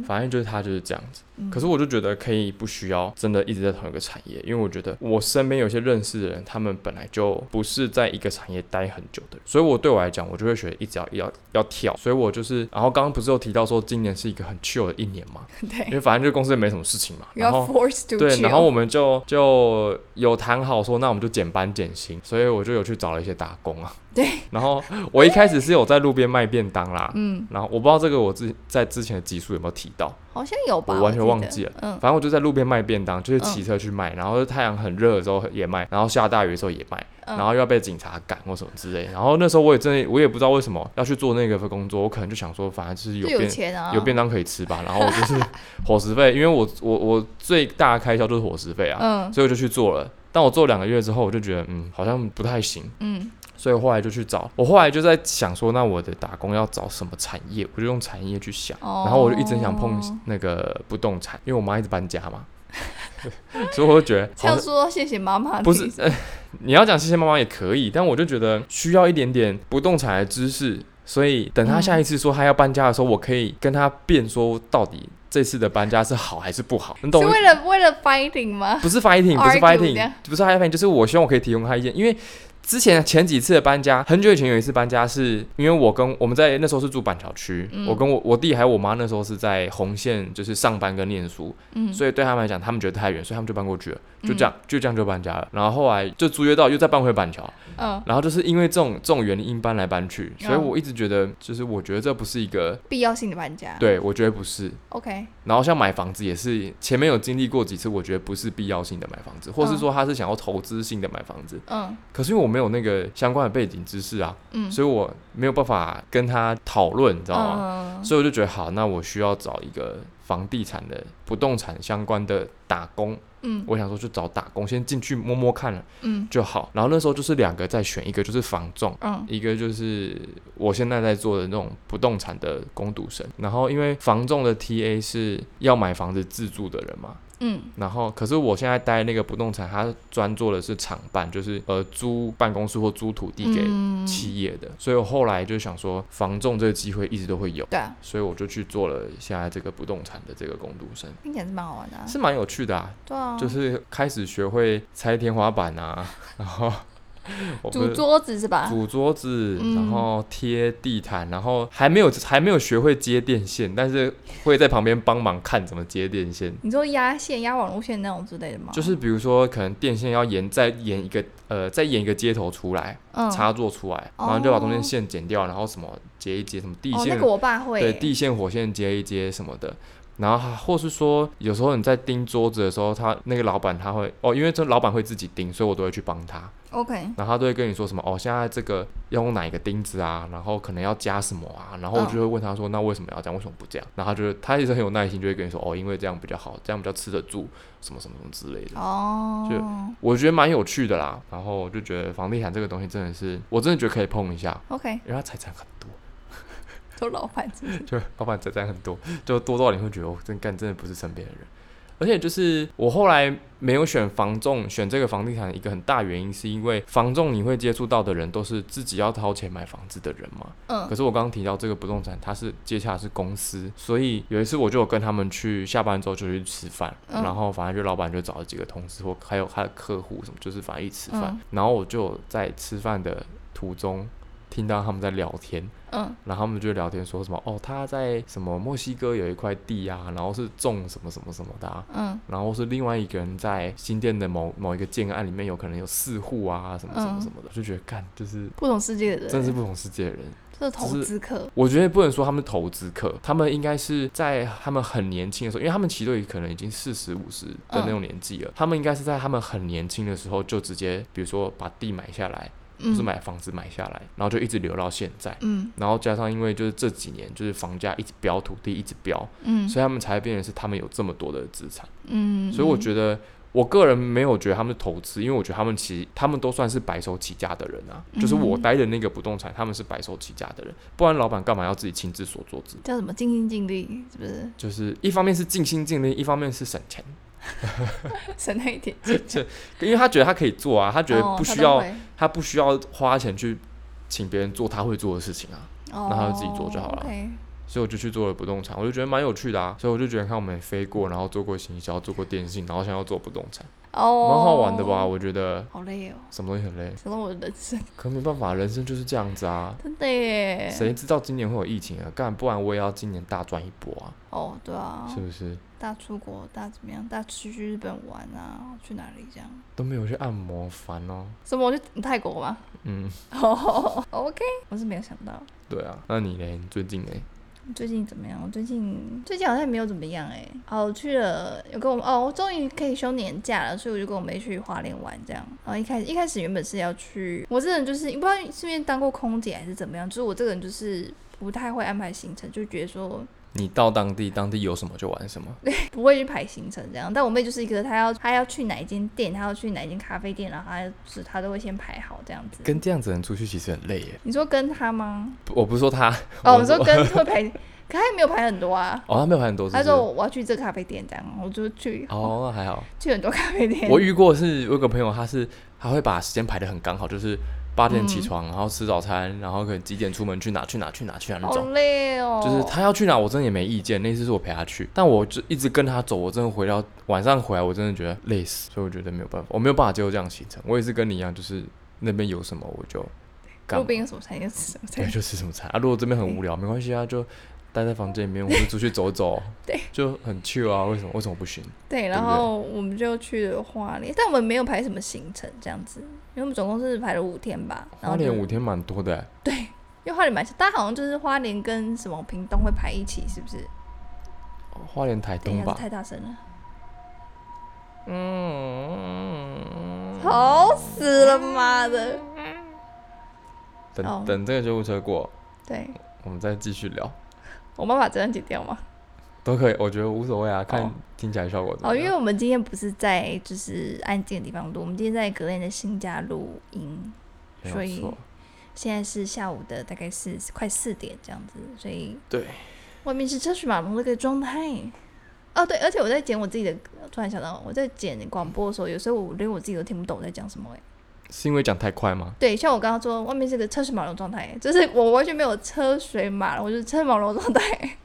Speaker 1: 反正就是他就是这样子。
Speaker 2: 嗯、
Speaker 1: 可是我就觉得可以不需要真的一直在同一个产业，因为我觉得我身边有些认识的人，他们本来就不是在一个产业待很久的人，所以我对我来讲，我就会觉得一直要要要跳，所以我就是，然后刚刚不是有提到说今年是一个很 chill 的一年嘛，因 [LAUGHS]
Speaker 2: 对
Speaker 1: 为反正就公司也没什么事情嘛，
Speaker 2: ，you
Speaker 1: 然
Speaker 2: are
Speaker 1: 后。
Speaker 2: forced to
Speaker 1: 对，然后
Speaker 2: chill
Speaker 1: 我们就就有谈好说，那我们就减班减薪，所以我就有去找了一些打工啊，
Speaker 2: 对，
Speaker 1: 然后我一开始是有在路边卖便当啦，
Speaker 2: 嗯，
Speaker 1: 然后我不知道这个我之在之前的集数有没有提到，
Speaker 2: 好像有吧，
Speaker 1: 我完全
Speaker 2: 记
Speaker 1: 忘
Speaker 2: 得
Speaker 1: 记了
Speaker 2: 嗯，
Speaker 1: 反正我就在路边卖便当，就是骑车去卖，然后太阳很热的时候也卖，然后下大雨的时候也卖，
Speaker 2: 嗯
Speaker 1: 然后又要被警察赶或什么之类。然后那时候我也真的我也不知道为什么要去做那个工作，我可能就想说，反正就是有
Speaker 2: 就有
Speaker 1: 便
Speaker 2: 钱啊，
Speaker 1: 有便当可以吃
Speaker 2: [LAUGHS]
Speaker 1: 吧。然后我就是伙食费，因为我我我最大的开销就是伙食费啊，
Speaker 2: 嗯
Speaker 1: 所以我就去做了。但我做两个月之后，我就觉得嗯好像不太行，
Speaker 2: 嗯
Speaker 1: 所以我后来就去找，我后来就在想说，那我的打工要找什么产业，我就用产业去想，
Speaker 2: 哦
Speaker 1: 然后我就一直很想碰那个不动产，因为我妈一直搬家嘛， [LAUGHS] 所以我就觉得好
Speaker 2: 要
Speaker 1: 像
Speaker 2: [LAUGHS] 说谢谢妈妈的意思，
Speaker 1: 不是、呃，你要讲谢谢妈妈也可以，但我就觉得需要一点点不动产的知识，所以等她下一次说她要搬家的时候，我可以跟她辩说到底这次的搬家是好还是不好，你懂
Speaker 2: 是为了为了 fighting 吗？
Speaker 1: 不是 fighting，不
Speaker 2: [LAUGHS]
Speaker 1: 是
Speaker 2: Argue
Speaker 1: fighting，
Speaker 2: 的
Speaker 1: 不是 fighting，就是我希望我可以提供他意见，因为之前前几次的搬家，很久以前有一次搬家是因为我跟我们在那时候是住板桥区，
Speaker 2: 嗯
Speaker 1: 我跟我我弟还有我妈那时候是在红线就是上班跟念书，
Speaker 2: 嗯，
Speaker 1: 所以对他们来讲，他们觉得太远，所以他们就搬过去了，就这样、就这样就搬家了，然后后来就租约到又再搬回板桥，
Speaker 2: 嗯，
Speaker 1: 然后就是因为这种这种原因搬来搬去，所以
Speaker 2: 嗯
Speaker 1: 我一直觉得就是我觉得这不是一个，
Speaker 2: 必要性的搬家，
Speaker 1: 对我觉得不是，
Speaker 2: ，OK，
Speaker 1: 然后像买房子也是，前面有经历过几次，我觉得不是必要性的买房子，或是说他是想要投资性的买房子，
Speaker 2: 嗯
Speaker 1: 可是因为我没有那个相关的背景知识啊，
Speaker 2: 嗯，
Speaker 1: 所以我没有办法跟他讨论，你知道吗？
Speaker 2: 嗯
Speaker 1: 所以我就觉得好，那我需要找一个房地产的不动产相关的打工，
Speaker 2: 嗯
Speaker 1: 我想说就找打工，先进去摸摸看
Speaker 2: 嗯
Speaker 1: 就好。然后那时候就是两个再选一个，就是房仲。
Speaker 2: 嗯
Speaker 1: 一个就是我现在在做的那种不动产的工读生，然后因为房仲的 TA 是要买房子自住的人嘛，
Speaker 2: 嗯
Speaker 1: 然后可是我现在待那个不动产，他专做的是厂办，就是呃租办公室或租土地给
Speaker 2: 嗯
Speaker 1: 企业的，所以我后来就想说房仲这个机会一直都会有，
Speaker 2: 对啊，
Speaker 1: 所以我就去做了现在这个不动产的这个工读生，
Speaker 2: 听起来是蛮好玩的啊，
Speaker 1: 是蛮有趣的啊，
Speaker 2: 对啊，
Speaker 1: 就是开始学会拆天花板啊，然后 [LAUGHS] 我不
Speaker 2: 煮
Speaker 1: 是
Speaker 2: 桌子是吧？
Speaker 1: 组桌子，
Speaker 2: 啊嗯
Speaker 1: 然后贴地毯，然后还没有还没有学会接电线，但是会在旁边帮忙看怎么接电线。
Speaker 2: 你说压线、压网路线那种之类的吗？
Speaker 1: 就是比如说，可能电线要沿再沿一个呃再沿一个接头出来，
Speaker 2: 嗯，
Speaker 1: 插座出来，
Speaker 2: 哦
Speaker 1: 然后就把中间线剪掉，然后什么接一接，什么地
Speaker 2: 哦，那
Speaker 1: 线、
Speaker 2: 个我爸会
Speaker 1: 对
Speaker 2: 欸，
Speaker 1: 地线火线接一接什么的。然后还或是说，有时候你在钉桌子的时候，他那个老板他会哦，因为这老板会自己钉，所以我都会去帮他。
Speaker 2: OK，
Speaker 1: 然后他都会跟你说什么哦，现在这个要用哪一个钉子啊，然后可能要加什么啊，然后我就会问他说，那为什么要这样，为什么不这样？然后他就他也是很有耐心，就会跟你说哦，因为这样比较好，这样比较吃得住，什么什么什么之类的。
Speaker 2: 哦，
Speaker 1: 我觉得蛮有趣的啦，然后我就觉得房地产这个东西真的是，我真的觉得可以碰一下，
Speaker 2: OK，
Speaker 1: 因为它财产很多，
Speaker 2: 做老板是不是
Speaker 1: 就老板财产很多，就多到你会觉得我、哦、真干真的不是身边的人。而且就是我后来没有选房仲，选这个房地产一个很大原因是因为房仲你会接触到的人都是自己要掏钱买房子的人嘛。
Speaker 2: 嗯
Speaker 1: 可是我刚刚提到这个不动产，它是接洽的是公司，所以有一次我就有跟他们去下班之后就去吃饭，
Speaker 2: 嗯
Speaker 1: 然后反正就老板就找了几个同事或还有他的客户什么，就是反正一起吃饭，
Speaker 2: 嗯
Speaker 1: 然后我就有在吃饭的途中听到他们在聊天，
Speaker 2: 嗯
Speaker 1: 然后他们就聊天说什么哦，他在什么墨西哥有一块地啊，然后是种什么什么什么的、啊。
Speaker 2: 嗯
Speaker 1: 然后是另外一个人在新店的某某一个建案里面，有可能有四户啊，什么什么
Speaker 2: 嗯
Speaker 1: 什么的，就觉得干就是
Speaker 2: 不同世界的人，
Speaker 1: 真是不同世界的人。
Speaker 2: 这是投资客，
Speaker 1: 我觉得不能说他们投资客，他们应该是在他们很年轻的时候，因为他们其实都可能已经四十五十的
Speaker 2: 嗯
Speaker 1: 那种年纪了，他们应该是在他们很年轻的时候就直接，比如说把地买下来，就
Speaker 2: 嗯，
Speaker 1: 是买房子买下来，然后就一直留到现在。
Speaker 2: 嗯
Speaker 1: 然后加上，因为就是这几年就是房价一直飙，土地一直飙，
Speaker 2: 嗯
Speaker 1: 所以他们才变成是他们有这么多的资产。
Speaker 2: 嗯，
Speaker 1: 所以我觉得，我个人没有觉得他们是投资，因为我觉得他们其实他们都算是白手起家的人啊。就是我
Speaker 2: 嗯
Speaker 1: 待的那个不动产，他们是白手起家的人，不然老板干嘛要自己亲自所做之？
Speaker 2: 叫什么尽心尽力，是不是
Speaker 1: 就是一方面是尽心尽力，一方面是省钱，
Speaker 2: 省那一点？
Speaker 1: 因为他觉得他可以做啊，他觉得
Speaker 2: 哦
Speaker 1: 不
Speaker 2: 他
Speaker 1: 需
Speaker 2: 都
Speaker 1: 要，
Speaker 2: 会
Speaker 1: 他不需要花钱去请别人做他会做的事情啊。
Speaker 2: 哦，
Speaker 1: 他就自己做就好了
Speaker 2: OK，
Speaker 1: 所以我就去做了不动产，我就觉得蛮有趣的啊。所以我就觉得，看我们也飞过，然后做过行销，做过电信，然后现在要做不动产，
Speaker 2: 哦，
Speaker 1: 蛮好玩的吧？？我觉得
Speaker 2: 好累哦，
Speaker 1: 什么东西很累，
Speaker 2: 想到我的人生，
Speaker 1: 可没办法，人生就是这样子啊。
Speaker 2: 真的耶。
Speaker 1: 谁知道今年会有疫情啊？干，不然我也要今年大赚一波啊，
Speaker 2: 哦，对啊，
Speaker 1: 是不是？
Speaker 2: 大出国，大怎么样？大去去日本玩啊，去哪里这样？
Speaker 1: 都没有去按摩，烦哦。
Speaker 2: 什么？我去泰国吗？
Speaker 1: 嗯，
Speaker 2: [LAUGHS] 哦、o k 我是没有想到。
Speaker 1: 对啊。那你嘞？你最近嘞？
Speaker 2: 最近怎么样？我最近最近好像也没有怎么样哎、哦，我去了，有跟我哦，我终于可以休年假了，所以我就跟我妹去花莲玩这样。然后一开始一开始原本是要去，我这人就是不知道是因为当过空姐还是怎么样，就是我这个人就是不太会安排行程，就觉得说
Speaker 1: 你到当地，当地有什么就玩什么。
Speaker 2: 不会去排行程这样。但我妹就是一个，她要她要去哪一间店，她要去哪一间咖啡店，然后她就是她都会先排好这样子。
Speaker 1: 跟这样子的人出去其实很累耶。
Speaker 2: 你说跟她吗？
Speaker 1: 不我不是说他，
Speaker 2: 哦，
Speaker 1: 我
Speaker 2: 你说
Speaker 1: [LAUGHS]
Speaker 2: 跟会排，可她也没有排很多啊。
Speaker 1: 哦，他没有很多是不
Speaker 2: 她
Speaker 1: 是，
Speaker 2: 说我要去这咖啡店这样，我就去。
Speaker 1: 哦，那还好。
Speaker 2: 去很多咖啡店。
Speaker 1: 我遇过是，我有个朋友，他是他会把时间排的很刚好，就是八点起
Speaker 2: 嗯
Speaker 1: 床，然后吃早餐，然后可能几点出门去哪去哪去哪去哪那
Speaker 2: 好
Speaker 1: 种。
Speaker 2: 累哦，
Speaker 1: 就是他要去哪，我真的也没意见。那次是我陪他去，但我就一直跟他走，我真的回到晚上回来，我真的觉得累死，所以我觉得没有办法，我没有办法接受这样的行程。我也是跟你一样，就是那边有什么我就干
Speaker 2: 路
Speaker 1: 嘛，
Speaker 2: 边有什么餐就吃什么
Speaker 1: 对，
Speaker 2: 餐。
Speaker 1: 就吃什么菜啊。如果这边很无聊，没关系啊，就待在房间里面，我就出去走走，
Speaker 2: [LAUGHS] 对，
Speaker 1: 就很 chill 啊。为什么为什么不行？
Speaker 2: 对，然后我们就去了花莲，但我们没有排什么行程这样子，因为我们总共是排了五天吧。
Speaker 1: 花
Speaker 2: 然后就
Speaker 1: 莲五，天蛮多的欸、
Speaker 2: 因为花莲蛮像，大家好像就是花莲跟什么屏东会排一起，是不是？
Speaker 1: 花莲台
Speaker 2: 等一
Speaker 1: 东
Speaker 2: 下，这
Speaker 1: 吧。
Speaker 2: 太大声了，
Speaker 1: 嗯，
Speaker 2: 吵死了，妈的！
Speaker 1: 等
Speaker 2: 哦
Speaker 1: 等这个救护车过，
Speaker 2: 对
Speaker 1: 我们再继续聊，
Speaker 2: 我妈把这段剪掉吗？
Speaker 1: 都可以，我觉得无所谓啊，看
Speaker 2: 哦
Speaker 1: 听起来效果怎
Speaker 2: 哦，
Speaker 1: 么
Speaker 2: 因为
Speaker 1: 样。
Speaker 2: 我们今天不是在就是安静的地方录，我们今天在隔天的新家录音，
Speaker 1: 没有
Speaker 2: 所以
Speaker 1: 错
Speaker 2: 现在是下午的大概是快四点这样子，所以
Speaker 1: 对，
Speaker 2: 外面是车水马龙的一个状态。哦，对，而且我在剪我自己的，突然想到我在剪广播的时候，有时候我连我自己都听不懂我在讲什么哎。
Speaker 1: 是因为讲太快吗？
Speaker 2: 对，像我刚刚说，外面是个车水马龙状态，就是我完全没有车水马龙，我就是车水马龙状态。 [LAUGHS]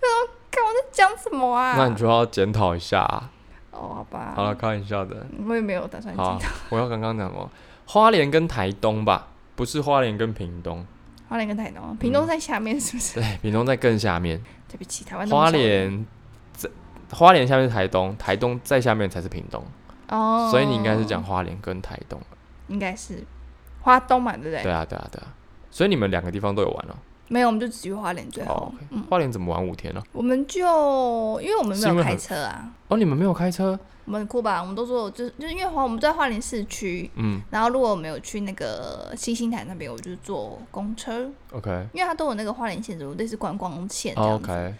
Speaker 2: 那我看我在讲什么啊？
Speaker 1: 那你就要检讨一下啊、
Speaker 2: 哦，好吧，
Speaker 1: 好了，开玩笑的。
Speaker 2: 我也没有打算
Speaker 1: 好
Speaker 2: 剪
Speaker 1: 啊，我要刚刚讲什么？花莲跟台东吧，不是花莲跟屏东。
Speaker 2: 花莲跟台东，屏东在下面是不
Speaker 1: 嗯
Speaker 2: 是？
Speaker 1: 对，屏东在更下面，
Speaker 2: [LAUGHS] 对不起，台湾那么
Speaker 1: 花
Speaker 2: 小
Speaker 1: 莲在花莲下面是台东，台东再下面才是屏东，
Speaker 2: 哦，
Speaker 1: 所以你应该是讲，花莲跟台东。
Speaker 2: 应该是花东嘛，对不对？
Speaker 1: 对啊，对啊，对啊。所以你们两个地方都有玩哦。
Speaker 2: 没有，我们就只去花莲最后，
Speaker 1: 哦
Speaker 2: 嗯
Speaker 1: ，OK，花莲怎么玩五天呢、
Speaker 2: 我们就因为我们
Speaker 1: 是因
Speaker 2: 没
Speaker 1: 为
Speaker 2: 有
Speaker 1: 很
Speaker 2: 开车啊，
Speaker 1: 哦，你们没有开车？
Speaker 2: 我们很酷吧，我们都说就是就是因为花，我们都在花莲市区。
Speaker 1: 嗯
Speaker 2: 然后如果我没有去那个七星潭那边，我就坐公车，
Speaker 1: ，OK。
Speaker 2: 因为它都有那个花莲线，类似观光线这
Speaker 1: 哦
Speaker 2: 样子，
Speaker 1: OK，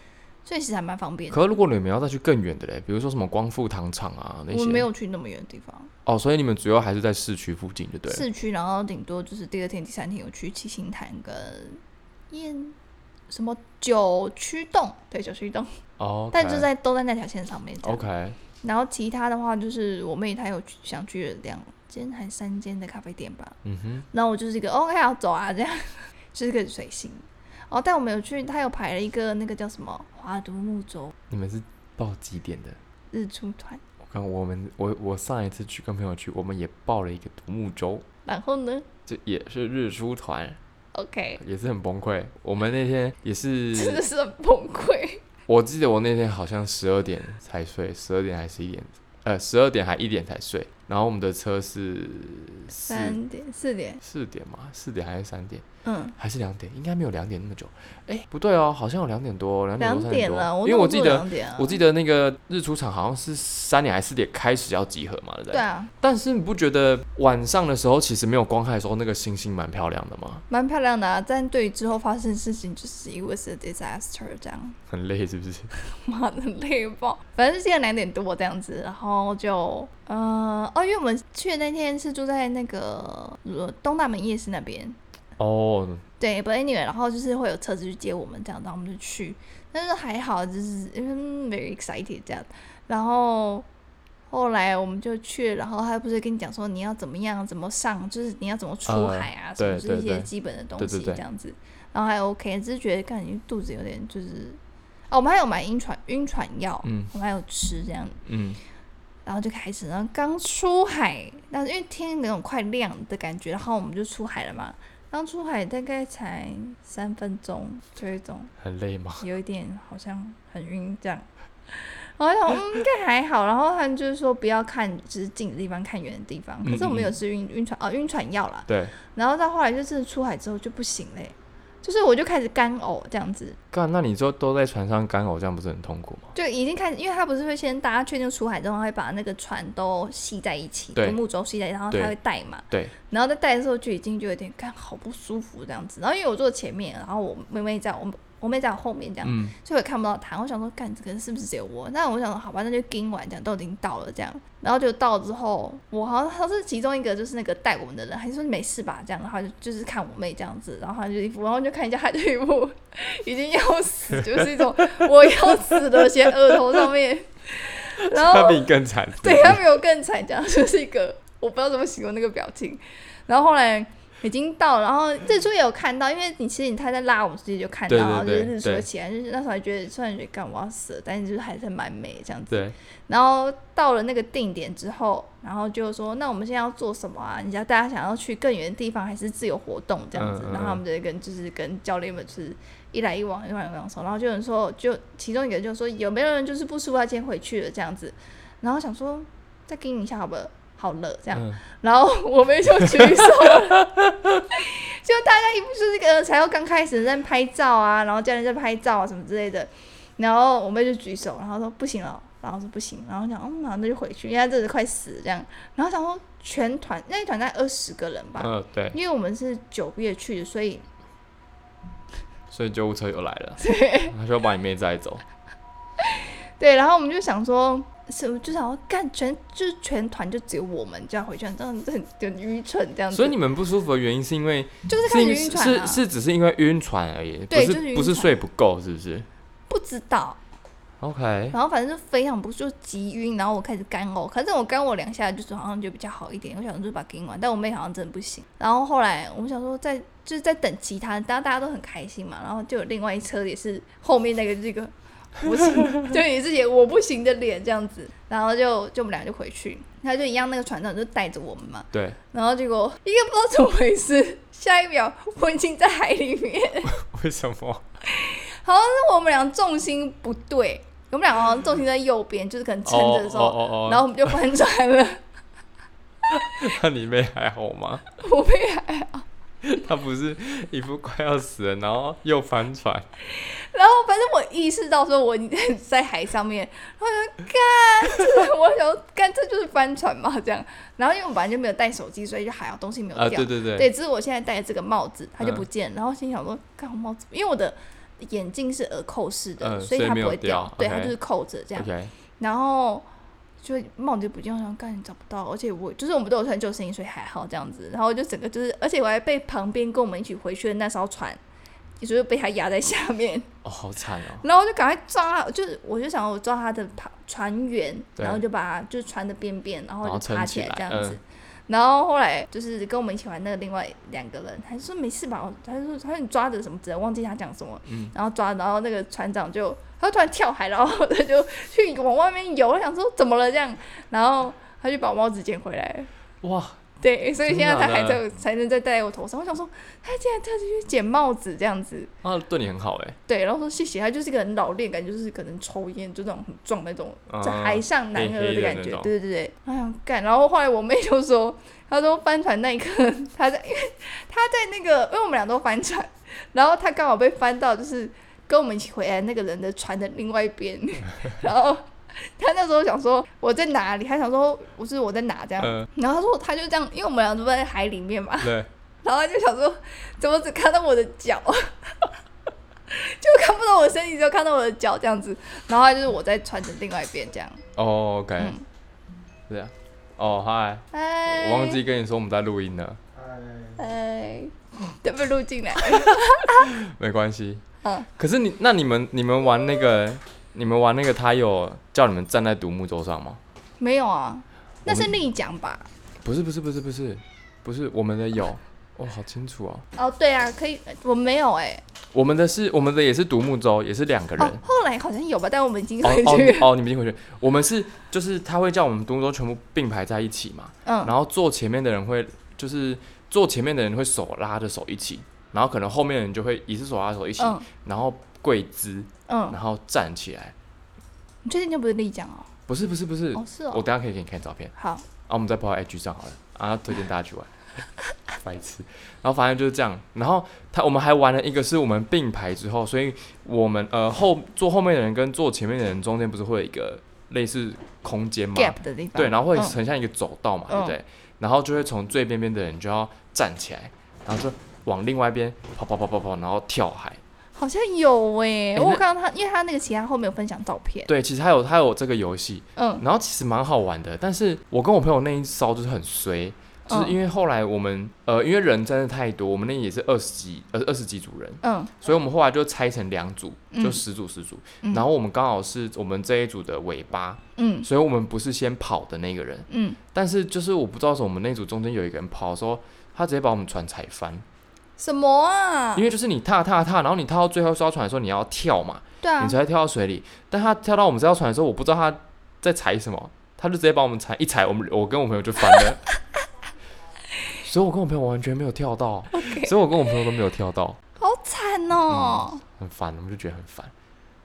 Speaker 2: 所以其实还蛮方便的。
Speaker 1: 可是如果你们要再去更远的嘞，比如说什么光复糖厂啊那
Speaker 2: 我
Speaker 1: 些，
Speaker 2: 们没有去那么远的地方，
Speaker 1: 哦，所以你们主要还是在市区附近，就对了。
Speaker 2: 市区，然后顶多就是第二天、第三天有去七星潭跟燕什么九曲洞，对九曲洞，
Speaker 1: 哦，
Speaker 2: 但就在都在那条线上面这样。
Speaker 1: OK，
Speaker 2: 然后其他的话就是我妹她有去想去的两间还三间的咖啡店吧，
Speaker 1: 嗯哼，
Speaker 2: 然后我就是一个 OK 好走啊这样， [LAUGHS] 就是个随性。哦，但我们有去，她有排了一个那个叫什么华独木舟
Speaker 1: 你们是报几点的？
Speaker 2: 日出团，
Speaker 1: 我看我们我我上一次去跟朋友去，我们也报了一个独木舟，
Speaker 2: 然后呢
Speaker 1: 这也是日出团，
Speaker 2: ，OK，
Speaker 1: 也是很崩溃。我们那天也
Speaker 2: [LAUGHS] 真
Speaker 1: 是
Speaker 2: 的，是很崩溃。
Speaker 1: 我记得我那天好像十二点才睡，十二点还是一点，呃，十二点还一点才睡。然后我们的车是四
Speaker 2: 三点四点，
Speaker 1: 四点嘛，四点还是三点，
Speaker 2: 嗯，
Speaker 1: 还是两点？应该没有两点那么久。哎、不对哦，好像有两点多，两点
Speaker 2: 两
Speaker 1: 多三
Speaker 2: 点啊
Speaker 1: 多。
Speaker 2: 了，
Speaker 1: 因为
Speaker 2: 弄
Speaker 1: 我
Speaker 2: 错
Speaker 1: 记得
Speaker 2: 两点啊
Speaker 1: 我记得那个日出场好像是三点还是四点开始要集合嘛，对不对？
Speaker 2: 对啊，
Speaker 1: 但是你不觉得晚上的时候其实没有光害的时候，那个星星蛮漂亮的吗？ [LAUGHS]
Speaker 2: 蛮漂亮的啊，但对于之后发生的事情就是一 was a disaster 这样。 [LAUGHS]
Speaker 1: 很累是不是？
Speaker 2: 妈的累爆！反正是现在两点多这样子，然后就呃哦，因为我们去的那天是住在那个呃东大门夜市那边，
Speaker 1: [LAUGHS] 哦，
Speaker 2: 对，but anyway，然后就是会有车子去接我们这样，然后我们就去，但是还好，就是嗯 very excited 这样，然后。后来我们就去，然后他不是跟你讲说你要怎么样怎么上，就是你要怎么出
Speaker 1: 呃
Speaker 2: 海啊，什
Speaker 1: 对
Speaker 2: 么就是一
Speaker 1: 对对
Speaker 2: 些基本的东
Speaker 1: 对对
Speaker 2: 西
Speaker 1: 对
Speaker 2: 这样子。然后还 OK，只是觉得感觉肚子有点就是，哦，我们还有买晕船晕船药，
Speaker 1: 嗯
Speaker 2: 我们还有吃这样，
Speaker 1: 嗯
Speaker 2: 然后就开始，然后刚出海，但是因为天那种快亮的感觉，然后我们就出海了嘛。刚出海大概才三分钟，就有一种
Speaker 1: 很累吗？
Speaker 2: 有一点好像很晕这样。然后我想，嗯，应该还好。然后他们就是说不要看，只是近的地方看远的地方。可是我们有吃晕晕船哦，晕船药啦。
Speaker 1: 对，
Speaker 2: 然后到后来就是出海之后就不行嘞、就是我就开始干呕这样子，
Speaker 1: 干，那你就都在船上干呕，这样不是很痛苦吗？
Speaker 2: 就已经开始，因为他不是会先大家确定出海之后，他会把那个船都系在一起，
Speaker 1: 对
Speaker 2: 独木舟系在一起，然后他
Speaker 1: 对
Speaker 2: 会带嘛，
Speaker 1: 对，
Speaker 2: 然后在带的时候就已经就有点看好不舒服这样子。然后因为我坐前面，然后我妹妹在我我妹在我后面这样，
Speaker 1: [LAUGHS] 嗯，
Speaker 2: 所以我也看不到她。我想说，干这个是不是只有我？那我想说，好吧，那就跟完这样，都已经到了这样。然后就到之后，我好像他是其中一个，就是那个带我们的人，还说你没事吧这样，然后就就是看我妹这样子，然后他就一副，然后就看一下他就一副已经要死，就是一种我要死的，写额头上面。然后
Speaker 1: 他比你更惨。 [LAUGHS]
Speaker 2: 对他没有更惨，这样就是一个我不知道怎么形容那个表情。然后后来已经到了，然后日出也有看到，因为你其实你他在拉我们自己就看到，
Speaker 1: 对对
Speaker 2: 然后就是
Speaker 1: 对
Speaker 2: 日出
Speaker 1: 对
Speaker 2: 有起来，就是那时候还觉得虽然觉得干我要死了，但是就是还是蛮美这样子。
Speaker 1: 对，
Speaker 2: 然后到了那个定点之后，然后就说那我们现在要做什么啊？你知道大家想要去更远的地方还是自由活动这样子？
Speaker 1: 嗯嗯嗯
Speaker 2: 然后他们就跟就是跟教练们就是一来一往，一来一往说，然后就有人说，就其中一个就说有没有人就是不舒服，他今天回去了这样子。然后想说再给你一下好不好？好了，这样，
Speaker 1: 嗯
Speaker 2: 然后我们就举手了，就大哎家一副就是个才要刚开始在拍照啊，然后教练在拍照啊什么之类的，然后我妹就举手，然后说不行了，然后说不行，然后讲嗯，然后那就回去，因为她真的快死了这样，然后想说全团那一团大概二十个人吧，
Speaker 1: 嗯，对，
Speaker 2: 因为我们是九月去的，所以
Speaker 1: 所以救护车又来了，他就要把你妹载走。
Speaker 2: 对，然后我们就想说，是就想要干全就是全团就只有我们这样回去，这样子很很愚蠢这样子，
Speaker 1: 所以你们不舒服的原因是因为
Speaker 2: 就是
Speaker 1: 是
Speaker 2: 看
Speaker 1: 因为
Speaker 2: 晕船、啊、
Speaker 1: 是是只是因为晕船而已，不
Speaker 2: 对就是
Speaker 1: 是
Speaker 2: 晕
Speaker 1: 不是
Speaker 2: 船
Speaker 1: 睡不够，是不是
Speaker 2: 不知道。啊
Speaker 1: ？OK，
Speaker 2: 然后反正就嗯非常不就急晕，然后我开始干呕，可是我干呕两下，就是好像就比较好一点。我想就把它给你完，但我妹好像真的不行。然后后来我们想说在就是在等其他，大家大家都很开心嘛，然后就有另外一车也是哦后面那个这个不行，就也是也我不行的脸这样子，然后就就我们俩就回去，他就一样那个船长就带着我们嘛，
Speaker 1: 对，
Speaker 2: 然后结果一个不知道怎么回事，下一秒我已经在海里面。 [LAUGHS]
Speaker 1: 为什么？
Speaker 2: 好像是我们俩重心不对，我们俩好像重心在右边，就是可能撑着的时候，
Speaker 1: 哦哦
Speaker 2: 然后我们就翻船了。 [LAUGHS]
Speaker 1: 那你妹还好吗？
Speaker 2: [LAUGHS] 我被海，
Speaker 1: 她不是一副快要死了，然后又翻船，
Speaker 2: 然后反正我意识到说我已经在海上面，然后我就干，这是我想说干这就是帆船嘛这样。然后因为我本来就没有带手机，所以就还好东西没有
Speaker 1: 啊，
Speaker 2: 掉。
Speaker 1: 对对对，嗯
Speaker 2: 对，只是我现在戴的这个帽子它就不见，然后心想说，干我帽子，因为我的眼镜是耳扣式的，
Speaker 1: 嗯
Speaker 2: 所
Speaker 1: 所
Speaker 2: 以
Speaker 1: 以
Speaker 2: 它
Speaker 1: 没
Speaker 2: 不
Speaker 1: 有
Speaker 2: 会
Speaker 1: 掉
Speaker 2: 对，它
Speaker 1: OK
Speaker 2: 就是扣着这样。
Speaker 1: OK，
Speaker 2: 然后就帽子就不见，我想干你找不到，而且我就是我们都有穿救生衣，所以还好这样子。然后我就整个就是，而且我还被旁边跟我们一起回去的那艘船，也就是被他压在下面，
Speaker 1: 哦，好惨哦，
Speaker 2: 然后我就赶快抓他，就是我就想我抓他的旁船员，
Speaker 1: 对
Speaker 2: 然后就把他就是船的边边，然后
Speaker 1: 然后
Speaker 2: 就
Speaker 1: 撑
Speaker 2: 爬
Speaker 1: 起
Speaker 2: 起来
Speaker 1: 来
Speaker 2: 这样子。
Speaker 1: 嗯
Speaker 2: 然后后来就是跟我们一起玩那个另外两个人，他就说没事吧，我他就说他说你抓着什么之类，忘记他讲什么，
Speaker 1: 嗯
Speaker 2: 然后抓，然后那个船长就他就突然跳海，然后他就去往外面游，我想说怎么了这样，然后他就把我帽子捡回来了。
Speaker 1: 哇，
Speaker 2: 对，所以
Speaker 1: 真
Speaker 2: 现在
Speaker 1: 的
Speaker 2: 他
Speaker 1: 假
Speaker 2: 还
Speaker 1: 的
Speaker 2: 在我才能再戴在我头上。我想说，他竟然特地去捡帽子这样子，
Speaker 1: 啊，对你很好哎，
Speaker 2: 对，然后说谢谢，他就是个很老练，感觉就是可能抽烟就那种很壮那种，在
Speaker 1: 嗯
Speaker 2: 海上男
Speaker 1: 黑
Speaker 2: 儿
Speaker 1: 黑的
Speaker 2: 感
Speaker 1: 那
Speaker 2: 觉，
Speaker 1: 种
Speaker 2: 对对对，哎呀干，然后后来我妹就说，她说翻船那一刻，她在，因为她在那个，因为我们俩都翻船，然后她刚好被翻到，就是跟我们一起回来那个人的船的另外一边，然后她那时候想说我在哪里，她想说不是我在哪这样，
Speaker 1: 嗯，
Speaker 2: 然后她说她就这样，因为我们俩都在海里面嘛，
Speaker 1: 对，
Speaker 2: 然后他就想说，怎么只看到我的脚， [LAUGHS] 就看不到我的身体，只有看到我的脚这样子。然后他就是我在船的另外一边这样。
Speaker 1: 哦，OK，
Speaker 2: 嗯，
Speaker 1: 是啊，哦，嗨，
Speaker 2: 哎，
Speaker 1: 我忘记跟你说我们在录音了，
Speaker 2: 哎，都被录
Speaker 1: [LAUGHS]
Speaker 2: 进来。
Speaker 1: 没关系。
Speaker 2: 嗯，
Speaker 1: 可是你，那你们你们玩那个，你们玩那个，他有叫你们站在独木舟上吗？
Speaker 2: 没有啊，那是立桨吧？
Speaker 1: 不是不是不是不是不是我们的有，哦，好清楚哦。
Speaker 2: 哦，对啊，可以，我没有哎、
Speaker 1: 我们的是我们的也是独木舟，也是两个人
Speaker 2: 哦，。后来好像有吧，但我们已经
Speaker 1: 哦
Speaker 2: 回
Speaker 1: 哦
Speaker 2: 去了。
Speaker 1: 哦，你们已经回去。我们是就是他会叫我们独木舟全部并排在一起嘛，
Speaker 2: 嗯，
Speaker 1: 哦然后坐前面的人会就是坐前面的人会手拉着手一起，然后可能后面的人就会也是手拉着手一起，
Speaker 2: 嗯
Speaker 1: 然后跪姿，
Speaker 2: 嗯，
Speaker 1: 然后站起来。
Speaker 2: 你确定这不是丽江哦？
Speaker 1: 不是不是不是，
Speaker 2: 哦，是
Speaker 1: 我
Speaker 2: 哦。
Speaker 1: 等一下可以给你看照片。
Speaker 2: 好，
Speaker 1: 啊，我们再抛到 IG 上好了啊，推荐大家去玩，白痴。然后反正就是这样，然后他我们还玩了一个是我们并排之后，所以我们呃后坐后面的人跟坐前面的人中间不是会有一个类似空间嘛
Speaker 2: gap 的地方。
Speaker 1: 对，然后会
Speaker 2: 嗯
Speaker 1: 很像一个走道嘛，对不
Speaker 2: 嗯
Speaker 1: 对？然后就会从最边边的人就要站起来，然后就往另外一边跑跑跑跑跑，然后跳海。
Speaker 2: 好像有哎、
Speaker 1: 哎
Speaker 2: 我
Speaker 1: 那
Speaker 2: 看到他，因为他那个其他后面有分享照片。
Speaker 1: 对，其实还有还有这个游戏，
Speaker 2: 嗯
Speaker 1: 然后其实蛮好玩的，但是我跟我朋友那一招就是很衰，
Speaker 2: 嗯
Speaker 1: 就是因为后来我们、呃，因为人真的太多，我们那也是二十几呃二十几组人，
Speaker 2: 嗯
Speaker 1: 所以我们后来就拆成两组，
Speaker 2: 嗯
Speaker 1: 就十组十组，
Speaker 2: 嗯
Speaker 1: 然后我们刚好是我们这一组的尾巴，
Speaker 2: 嗯
Speaker 1: 所以我们不是先跑的那个人，
Speaker 2: 嗯，
Speaker 1: 但是就是我不知道为什么我们那组中间有一个人跑的时候，他直接把我们船踩翻，
Speaker 2: 什么啊
Speaker 1: 因？为就是你踏踏踏，然后你踏到最后艘船的时候你要跳嘛，
Speaker 2: 对啊
Speaker 1: 你，才会跳到水里。但他跳到我们这条船的时候，我不知道他在踩什么，他就直接把我们踩一踩，我们我跟我朋友就翻了。 [LAUGHS] 所以我跟我朋友完全没有跳
Speaker 2: [LAUGHS]
Speaker 1: 到所以我跟我朋友都没有跳到，
Speaker 2: 好惨哦、
Speaker 1: 很烦，我们就觉得很烦。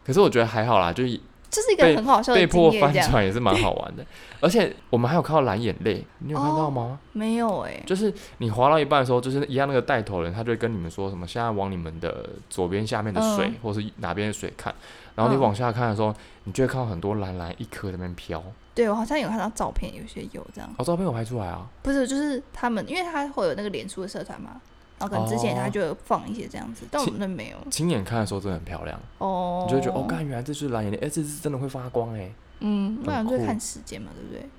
Speaker 1: 可是我觉得还好啦，就
Speaker 2: 这是一个很好笑的
Speaker 1: 被
Speaker 2: 经
Speaker 1: 迫
Speaker 2: 验，
Speaker 1: 翻
Speaker 2: 这样
Speaker 1: 船也是蛮好玩的。而且我们还有看到蓝眼泪，你有看
Speaker 2: 哦
Speaker 1: 到吗？
Speaker 2: 没有哎、
Speaker 1: 就是你滑到一半的时候，就是一样那个带头人，他就会跟你们说什么，现在往你们的左边下面的水，
Speaker 2: 嗯
Speaker 1: 或是哪边的水看，然后你
Speaker 2: 嗯
Speaker 1: 往下看的时候，你就会看到很多蓝蓝一颗在那边飘。
Speaker 2: 对我好像有看到照片，有些有这样，
Speaker 1: 哦，照片有拍出来啊，
Speaker 2: 不是就是他们，因为他会有那个脸书的社团嘛，然后可能之前
Speaker 1: 哦
Speaker 2: 他就有放一些这样子，但我们那没有
Speaker 1: 亲眼看的时候真的很漂亮，
Speaker 2: 嗯哦，
Speaker 1: 你就会觉得哦，干，原来这就是蓝眼泪，哎、这是真的会发光哎、
Speaker 2: 嗯，那
Speaker 1: 很
Speaker 2: 就是
Speaker 1: 酷
Speaker 2: 看时间嘛，对不对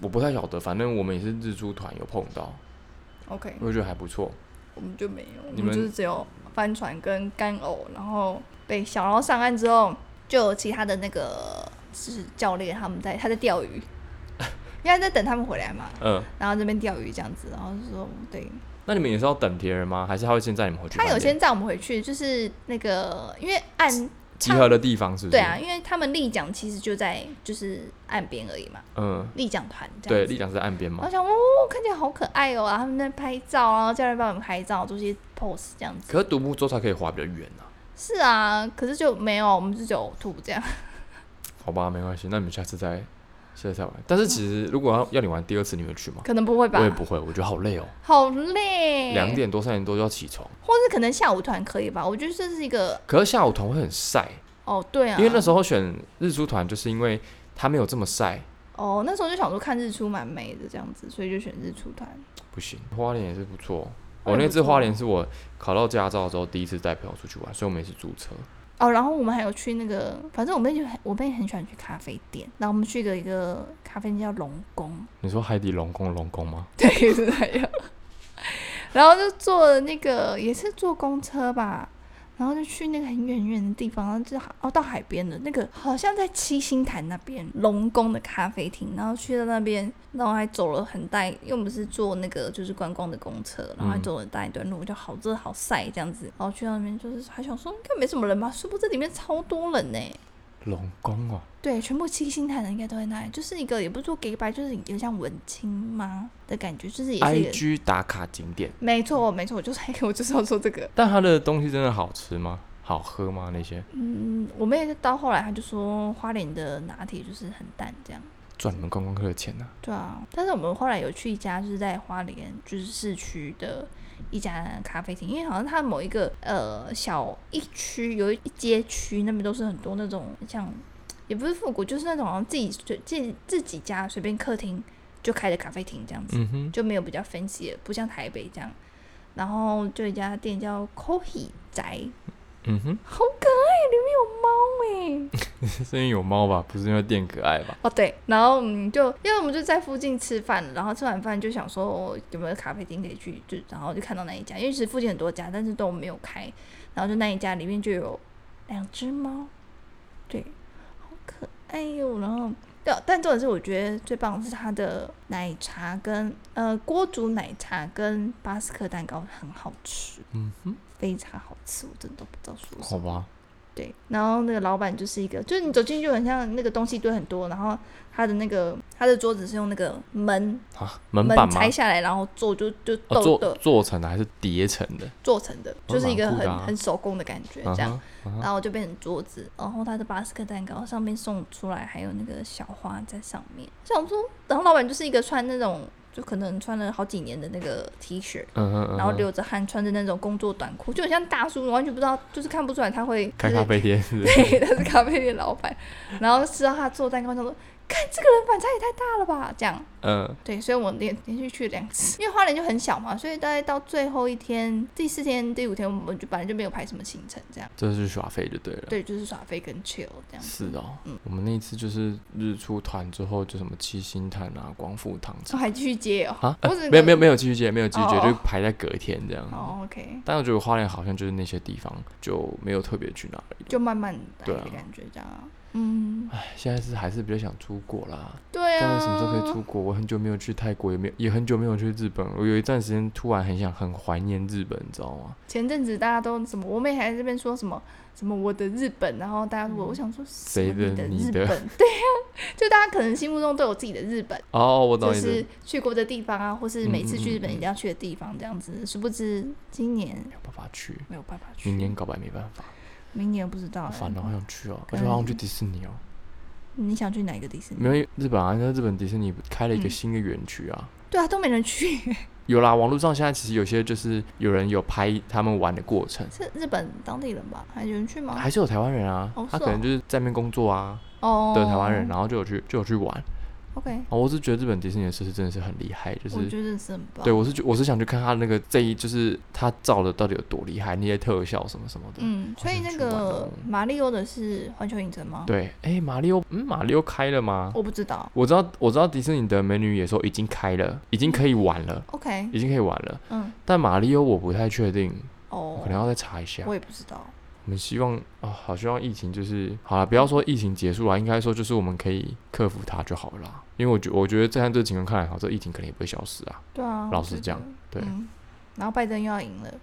Speaker 1: 我不太晓得，反正我们也是日出团有碰到，
Speaker 2: ？OK，
Speaker 1: 我就觉得还不错。
Speaker 2: 我们就没有，我
Speaker 1: 嗯你
Speaker 2: 们
Speaker 1: 们
Speaker 2: 就是只有帆船跟干呕，然后被小，然后上岸之后就有其他的那个就是教练他们在他在
Speaker 1: [LAUGHS]
Speaker 2: 钓鱼，因为他在等他们回来嘛，
Speaker 1: 嗯，
Speaker 2: 然后这边钓鱼这样子，然后就说嗯对，
Speaker 1: 那你们也是要等别人吗？还是他会先载你们回去饭
Speaker 2: 他
Speaker 1: 店？
Speaker 2: 有先载我们回去，就是那个因为岸
Speaker 1: 集合的地方是不是？
Speaker 2: 对啊，，因为他们立桨其实就在就是岸边而已嘛，
Speaker 1: 嗯，
Speaker 2: 立桨团这
Speaker 1: 对，
Speaker 2: 样子。
Speaker 1: 丽江是在岸边嘛
Speaker 2: 我。想，哦，看起来好可爱哦、然后他们在拍照，然后教练帮我们拍照，做些 pose 这样子。
Speaker 1: 可是独木舟才可以滑比较远啊。
Speaker 2: 是啊，可是就没有，我们就只有吐
Speaker 1: [LAUGHS]
Speaker 2: 这样。
Speaker 1: 好吧，没关系，那你们下次再下次再玩。但是其实如果要要你玩第二次，你会去吗？
Speaker 2: 可能不会吧
Speaker 1: 我？也不会，我觉得好累哦，
Speaker 2: [LAUGHS] 好累。
Speaker 1: 两、，点多三点多就要起床。
Speaker 2: 或是可能下午团可以吧？我觉得这是一个
Speaker 1: 可是下午团会很晒，
Speaker 2: 哦，对啊，
Speaker 1: 因为那时候选日出团，就是因为它没有这么晒，
Speaker 2: 哦，那时候就想说看日出蛮美的这样子，所以就选日出团。
Speaker 1: 不行。花莲也是不错，
Speaker 2: 花
Speaker 1: 我
Speaker 2: 莲
Speaker 1: 那
Speaker 2: 不
Speaker 1: 次
Speaker 2: 错
Speaker 1: 花莲是我考到驾照之后第一次带朋友出去玩，所以我们也是租车。
Speaker 2: 哦，然后我们还有去那个，反正我妹就很，我妹很喜欢去咖啡店，然后我们去一个一个咖啡店叫龙宫，
Speaker 1: 你说海底龙宫龙宫吗？
Speaker 2: 对，是那样。然后就坐了那个也是坐公车吧，然后就去那个很远很远的地方，然后就好哦到海边的那个好像在七星潭那边龙宫的咖啡厅，然后去到那边，然后还走了很大，因为我们是坐那个就是观光的公车，然后还
Speaker 1: 嗯
Speaker 2: 走了很大一段路，就好热好晒这样子，然后去到那边就是还想说应该没什么人吧，殊不知里面超多人呢、
Speaker 1: 龙宫哦，
Speaker 2: 对，全部七星潭的应该都在那里，就是一个也不是说 gay 白，就是有点像文青吗的感觉，就是也是一个
Speaker 1: IG 打卡景点，
Speaker 2: 没错，没错，我就是 [LAUGHS] 我就是要说这个。
Speaker 1: 但它的东西真的好吃吗？好喝吗？那些
Speaker 2: 嗯，我妹到后来她就说花莲的拿铁就是很淡这样。
Speaker 1: 赚你们观光客的钱呢、
Speaker 2: 对啊，但是我们后来有去一家就是在花莲就是市区的一家咖啡厅，因为好像它某一个呃小一区有一一街区那边都是很多那种像也不是复古，就是那种好像自己随自己自己家随便客厅就开的咖啡厅这样子。
Speaker 1: 嗯哼，
Speaker 2: 就没有比较分析的，不像台北这样。然后就有一家店叫 Coffee 宅，
Speaker 1: 嗯哼。
Speaker 2: 好可爱，里面有猫哎、
Speaker 1: 是因为有猫吧？不是因为店可爱吧？
Speaker 2: 哦对，然后嗯，就因为我们就在附近吃饭，然后吃完饭就想说哦有没有咖啡厅可以去，就然后就看到那一家，因为其实附近很多家，但是都没有开。然后就那一家里面就有两只猫，对，好可爱哟、然后对，但重点是我觉得最棒的是它的奶茶跟呃锅煮奶茶跟巴斯克蛋糕很好吃，
Speaker 1: 嗯哼，
Speaker 2: 非常好吃，我真的不知道说什
Speaker 1: 好
Speaker 2: 么。
Speaker 1: 吧，
Speaker 2: 对，然后那个老板就是一个，就是你走进去就很像那个东西堆很多，然后他的那个他的桌子是用那个门
Speaker 1: 啊，门板吗
Speaker 2: 拆？下来，然后做就就
Speaker 1: 哦，
Speaker 2: 豆
Speaker 1: 做
Speaker 2: 的
Speaker 1: 做成的还是叠成的？
Speaker 2: 做成的，
Speaker 1: 哦
Speaker 2: 就是一个
Speaker 1: 蛮酷的
Speaker 2: 很
Speaker 1: 啊
Speaker 2: 很手工的感觉这样。
Speaker 1: 嗯哼
Speaker 2: 然后就变成桌子，然后它的巴斯克蛋糕上面送出来还有那个小花在上面。想说，然后老板就是一个穿那种就可能穿了好几年的那个 T 恤，
Speaker 1: 嗯哼嗯哼，
Speaker 2: 然后流着汗，穿着那种工作短裤，就很像大叔，完全不知道，就是看不出来他会
Speaker 1: 开
Speaker 2: 就是
Speaker 1: 咖啡店是不是
Speaker 2: 对，他是咖啡店老板。然后吃到他做蛋糕，他说：“看这个人反差也太大了吧！”这样，
Speaker 1: [LAUGHS] 嗯，
Speaker 2: 对，所以我连连续去了两次，因为花莲就很小嘛，所以大概到最后一天、第四天、第五天，我们就本来就没有排什么行程，这样，
Speaker 1: 这是耍废就对了。
Speaker 2: 对，就是耍飞跟 chill 这样。
Speaker 1: 是哦
Speaker 2: 嗯，
Speaker 1: 我们那一次就是日出团之后，就什么七星潭啊、光复堂之
Speaker 2: 我还继续接哦，
Speaker 1: 啊，
Speaker 2: 我
Speaker 1: 呃
Speaker 2: 只是
Speaker 1: 没有没有没有继续接，没有继续接，
Speaker 2: 哦
Speaker 1: 就排在隔天这样。
Speaker 2: 哦，OK，
Speaker 1: 但我觉得花莲好像就是那些地方就没有特别去哪里。
Speaker 2: 就慢慢来
Speaker 1: 对
Speaker 2: 的
Speaker 1: 啊
Speaker 2: 感觉这样啊。嗯，
Speaker 1: 唉，现在是还是比较想出国啦。
Speaker 2: 对
Speaker 1: 到
Speaker 2: 啊。
Speaker 1: 底什么时候可以出国？我很久没有去泰国，也没有也很久没有去日本。我有一段时间突然很想很怀念日本，你知道吗？
Speaker 2: 前阵子大家都什么，我妹还在这边说什么什么我的日本，然后大家我我想说什么
Speaker 1: 嗯谁的
Speaker 2: 你的
Speaker 1: 你
Speaker 2: 日
Speaker 1: 的
Speaker 2: 本？对呀、 [LAUGHS] 就大家可能心目中都有自己的日本，
Speaker 1: 哦，我懂
Speaker 2: 就
Speaker 1: 你
Speaker 2: 是
Speaker 1: 的。
Speaker 2: 去过的地方啊，或是每次去日本
Speaker 1: 嗯嗯嗯嗯
Speaker 2: 一定要去的地方这样子。殊不知今年
Speaker 1: 没有办法去，
Speaker 2: 没有办法
Speaker 1: 嗯
Speaker 2: 去，
Speaker 1: 明年搞不好也没办法，
Speaker 2: 明年不知道、
Speaker 1: 好
Speaker 2: 欸。
Speaker 1: 烦哦，好想去哦，而
Speaker 2: 可能
Speaker 1: 且好想去迪士尼哦。
Speaker 2: 你想去哪一个迪士尼？
Speaker 1: 没有日本啊，那日本迪士尼开了一个
Speaker 2: 嗯
Speaker 1: 新的园区啊。
Speaker 2: 对啊，都没人去。 [LAUGHS]
Speaker 1: 有啦，网络上现在其实有些就是有人有拍他们玩的过程，
Speaker 2: 是日本当地人吧？还有人去吗？
Speaker 1: 还是有台湾人啊，
Speaker 2: 哦
Speaker 1: 他
Speaker 2: 是
Speaker 1: 可能
Speaker 2: 哦
Speaker 1: 就是在那边工作啊
Speaker 2: 哦，
Speaker 1: 的台湾人，啊然后就有去就有去玩。
Speaker 2: OK，
Speaker 1: 哦，我是觉得日本迪士尼的设施真的是很厉害，就
Speaker 2: 我
Speaker 1: 是
Speaker 2: 觉得是很棒。
Speaker 1: 对我是觉我是想去看他那个这一就是他造的到底有多厉害，那些特效什么什么的。
Speaker 2: 嗯，所以
Speaker 1: 想
Speaker 2: 那
Speaker 1: 去玩
Speaker 2: 个
Speaker 1: 哦
Speaker 2: 马里奥的是环球影城吗？，
Speaker 1: 对，哎，马里奥，嗯，马里奥开了吗？
Speaker 2: 我不知道。
Speaker 1: 我知道我知道迪士尼的美女野兽已经开了，已经可以玩了，
Speaker 2: OK，
Speaker 1: 已经可以玩了，
Speaker 2: 嗯，
Speaker 1: 但马里奥我不太确定，我
Speaker 2: 哦，
Speaker 1: 可能要再查一下。
Speaker 2: 我也不知道。
Speaker 1: 我们希望啊、好希望疫情就是好了，不要说疫情结束了，应该说就是我们可以克服它就好了啦。因为我觉我觉得在这情况看来，好，这疫情肯定也不会消失啊。
Speaker 2: 对啊，
Speaker 1: 老
Speaker 2: 我
Speaker 1: 实
Speaker 2: 觉
Speaker 1: 讲
Speaker 2: 得
Speaker 1: 对
Speaker 2: 嗯然后拜登又要赢了，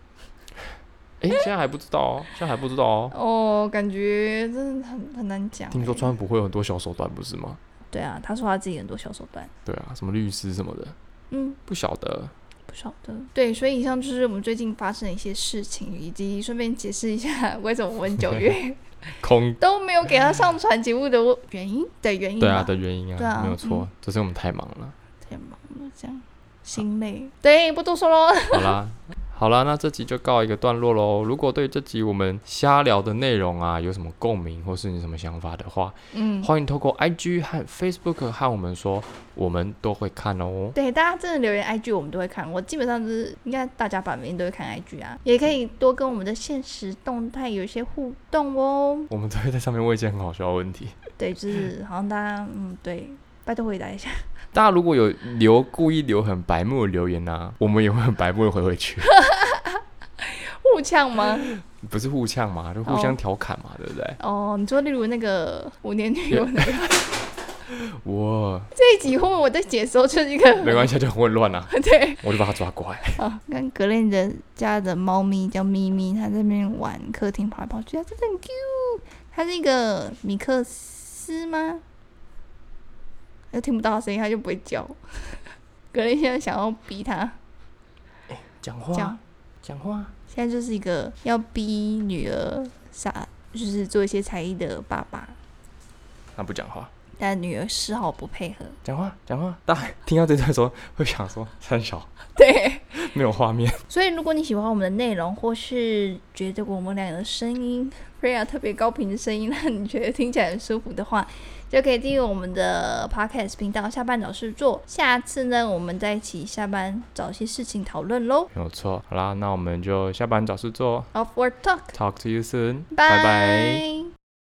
Speaker 1: 诶，现在还不知道哦，现在还不知道哦。
Speaker 2: 哦，感觉真的很很难讲欸。
Speaker 1: 听说川普会有很多小手段，不是吗？
Speaker 2: 对啊，他说他自己很多小手段，
Speaker 1: 对啊，什么律师什么的，
Speaker 2: 嗯，
Speaker 1: 不晓得。
Speaker 2: 不晓得。对，所以以上就是我们最近发生的一些事情，以及顺便解释一下 [LAUGHS] 为什么我们九
Speaker 1: [LAUGHS]
Speaker 2: 月
Speaker 1: 空
Speaker 2: 都没有给他上传节目的 [LAUGHS] 原因的原因
Speaker 1: 对啊
Speaker 2: 吧
Speaker 1: 的原因啊，
Speaker 2: 对啊
Speaker 1: 没有错
Speaker 2: 嗯，
Speaker 1: 只是我们太忙了。
Speaker 2: 太忙了，这样心累。对，不多说喽。
Speaker 1: 好啦。 [LAUGHS] 好啦，那这集就告一个段落喽。如果对这集我们瞎聊的内容啊有什么共鸣，或是你有什么想法的话，
Speaker 2: 嗯，
Speaker 1: 欢迎透过 IG 和 Facebook 和我们说，我们都会看哦。
Speaker 2: 对，大家真的留言 IG 我们都会看，我基本上就是应该大家版面都会看 IG 啊，也可以多跟我们的现实动态有一些互动哦。
Speaker 1: 我们都会在上面问一些很好笑的问题。
Speaker 2: 对，就是好像大家嗯，对，拜托回答一下。
Speaker 1: 大家如果有留故意留很白目的留言啊，我们也会很白目的回回去， [LAUGHS]
Speaker 2: 互呛吗？
Speaker 1: 不是互呛嘛，就互相调侃嘛，对不对？
Speaker 2: [LAUGHS] 哦，你说例如那个五年女友那个
Speaker 1: 哇，
Speaker 2: 这一集后面我在解说就是一个 [LAUGHS]
Speaker 1: 没关系，就很混乱啊，
Speaker 2: 系，对，
Speaker 1: 我就把他抓过来。
Speaker 2: 好，跟格雷的家的猫咪叫咪咪，它在那边玩客厅跑来跑去，它真的很 Q。它是一个米克斯吗？又听不到它声音，它就不会叫。 [LAUGHS] 格雷现在想要逼它
Speaker 1: 讲
Speaker 2: 叫，，
Speaker 1: 讲话，
Speaker 2: 现在就是一个要逼女儿啥，就是做一些才艺的爸爸，
Speaker 1: 他不讲话，
Speaker 2: 但女儿丝毫不配合。
Speaker 1: 讲话，讲话。大家听到这段的时候会想说，三 [LAUGHS] 小
Speaker 2: 对。
Speaker 1: 没有画面，
Speaker 2: 所以，如果你喜欢我们的内容，或是觉得我们两个的声音 [LAUGHS] Freya 特别高频的声音让你觉得听起来很舒服的话，就可以订阅我们的 Podcast 频道“下班找事做”。下次呢，我们再一起下班找些事情讨论喽。
Speaker 1: 没有错。好啦，那我们就下班找事做
Speaker 2: Off Work Talk，
Speaker 1: ，Talk to you soon，
Speaker 2: 拜拜。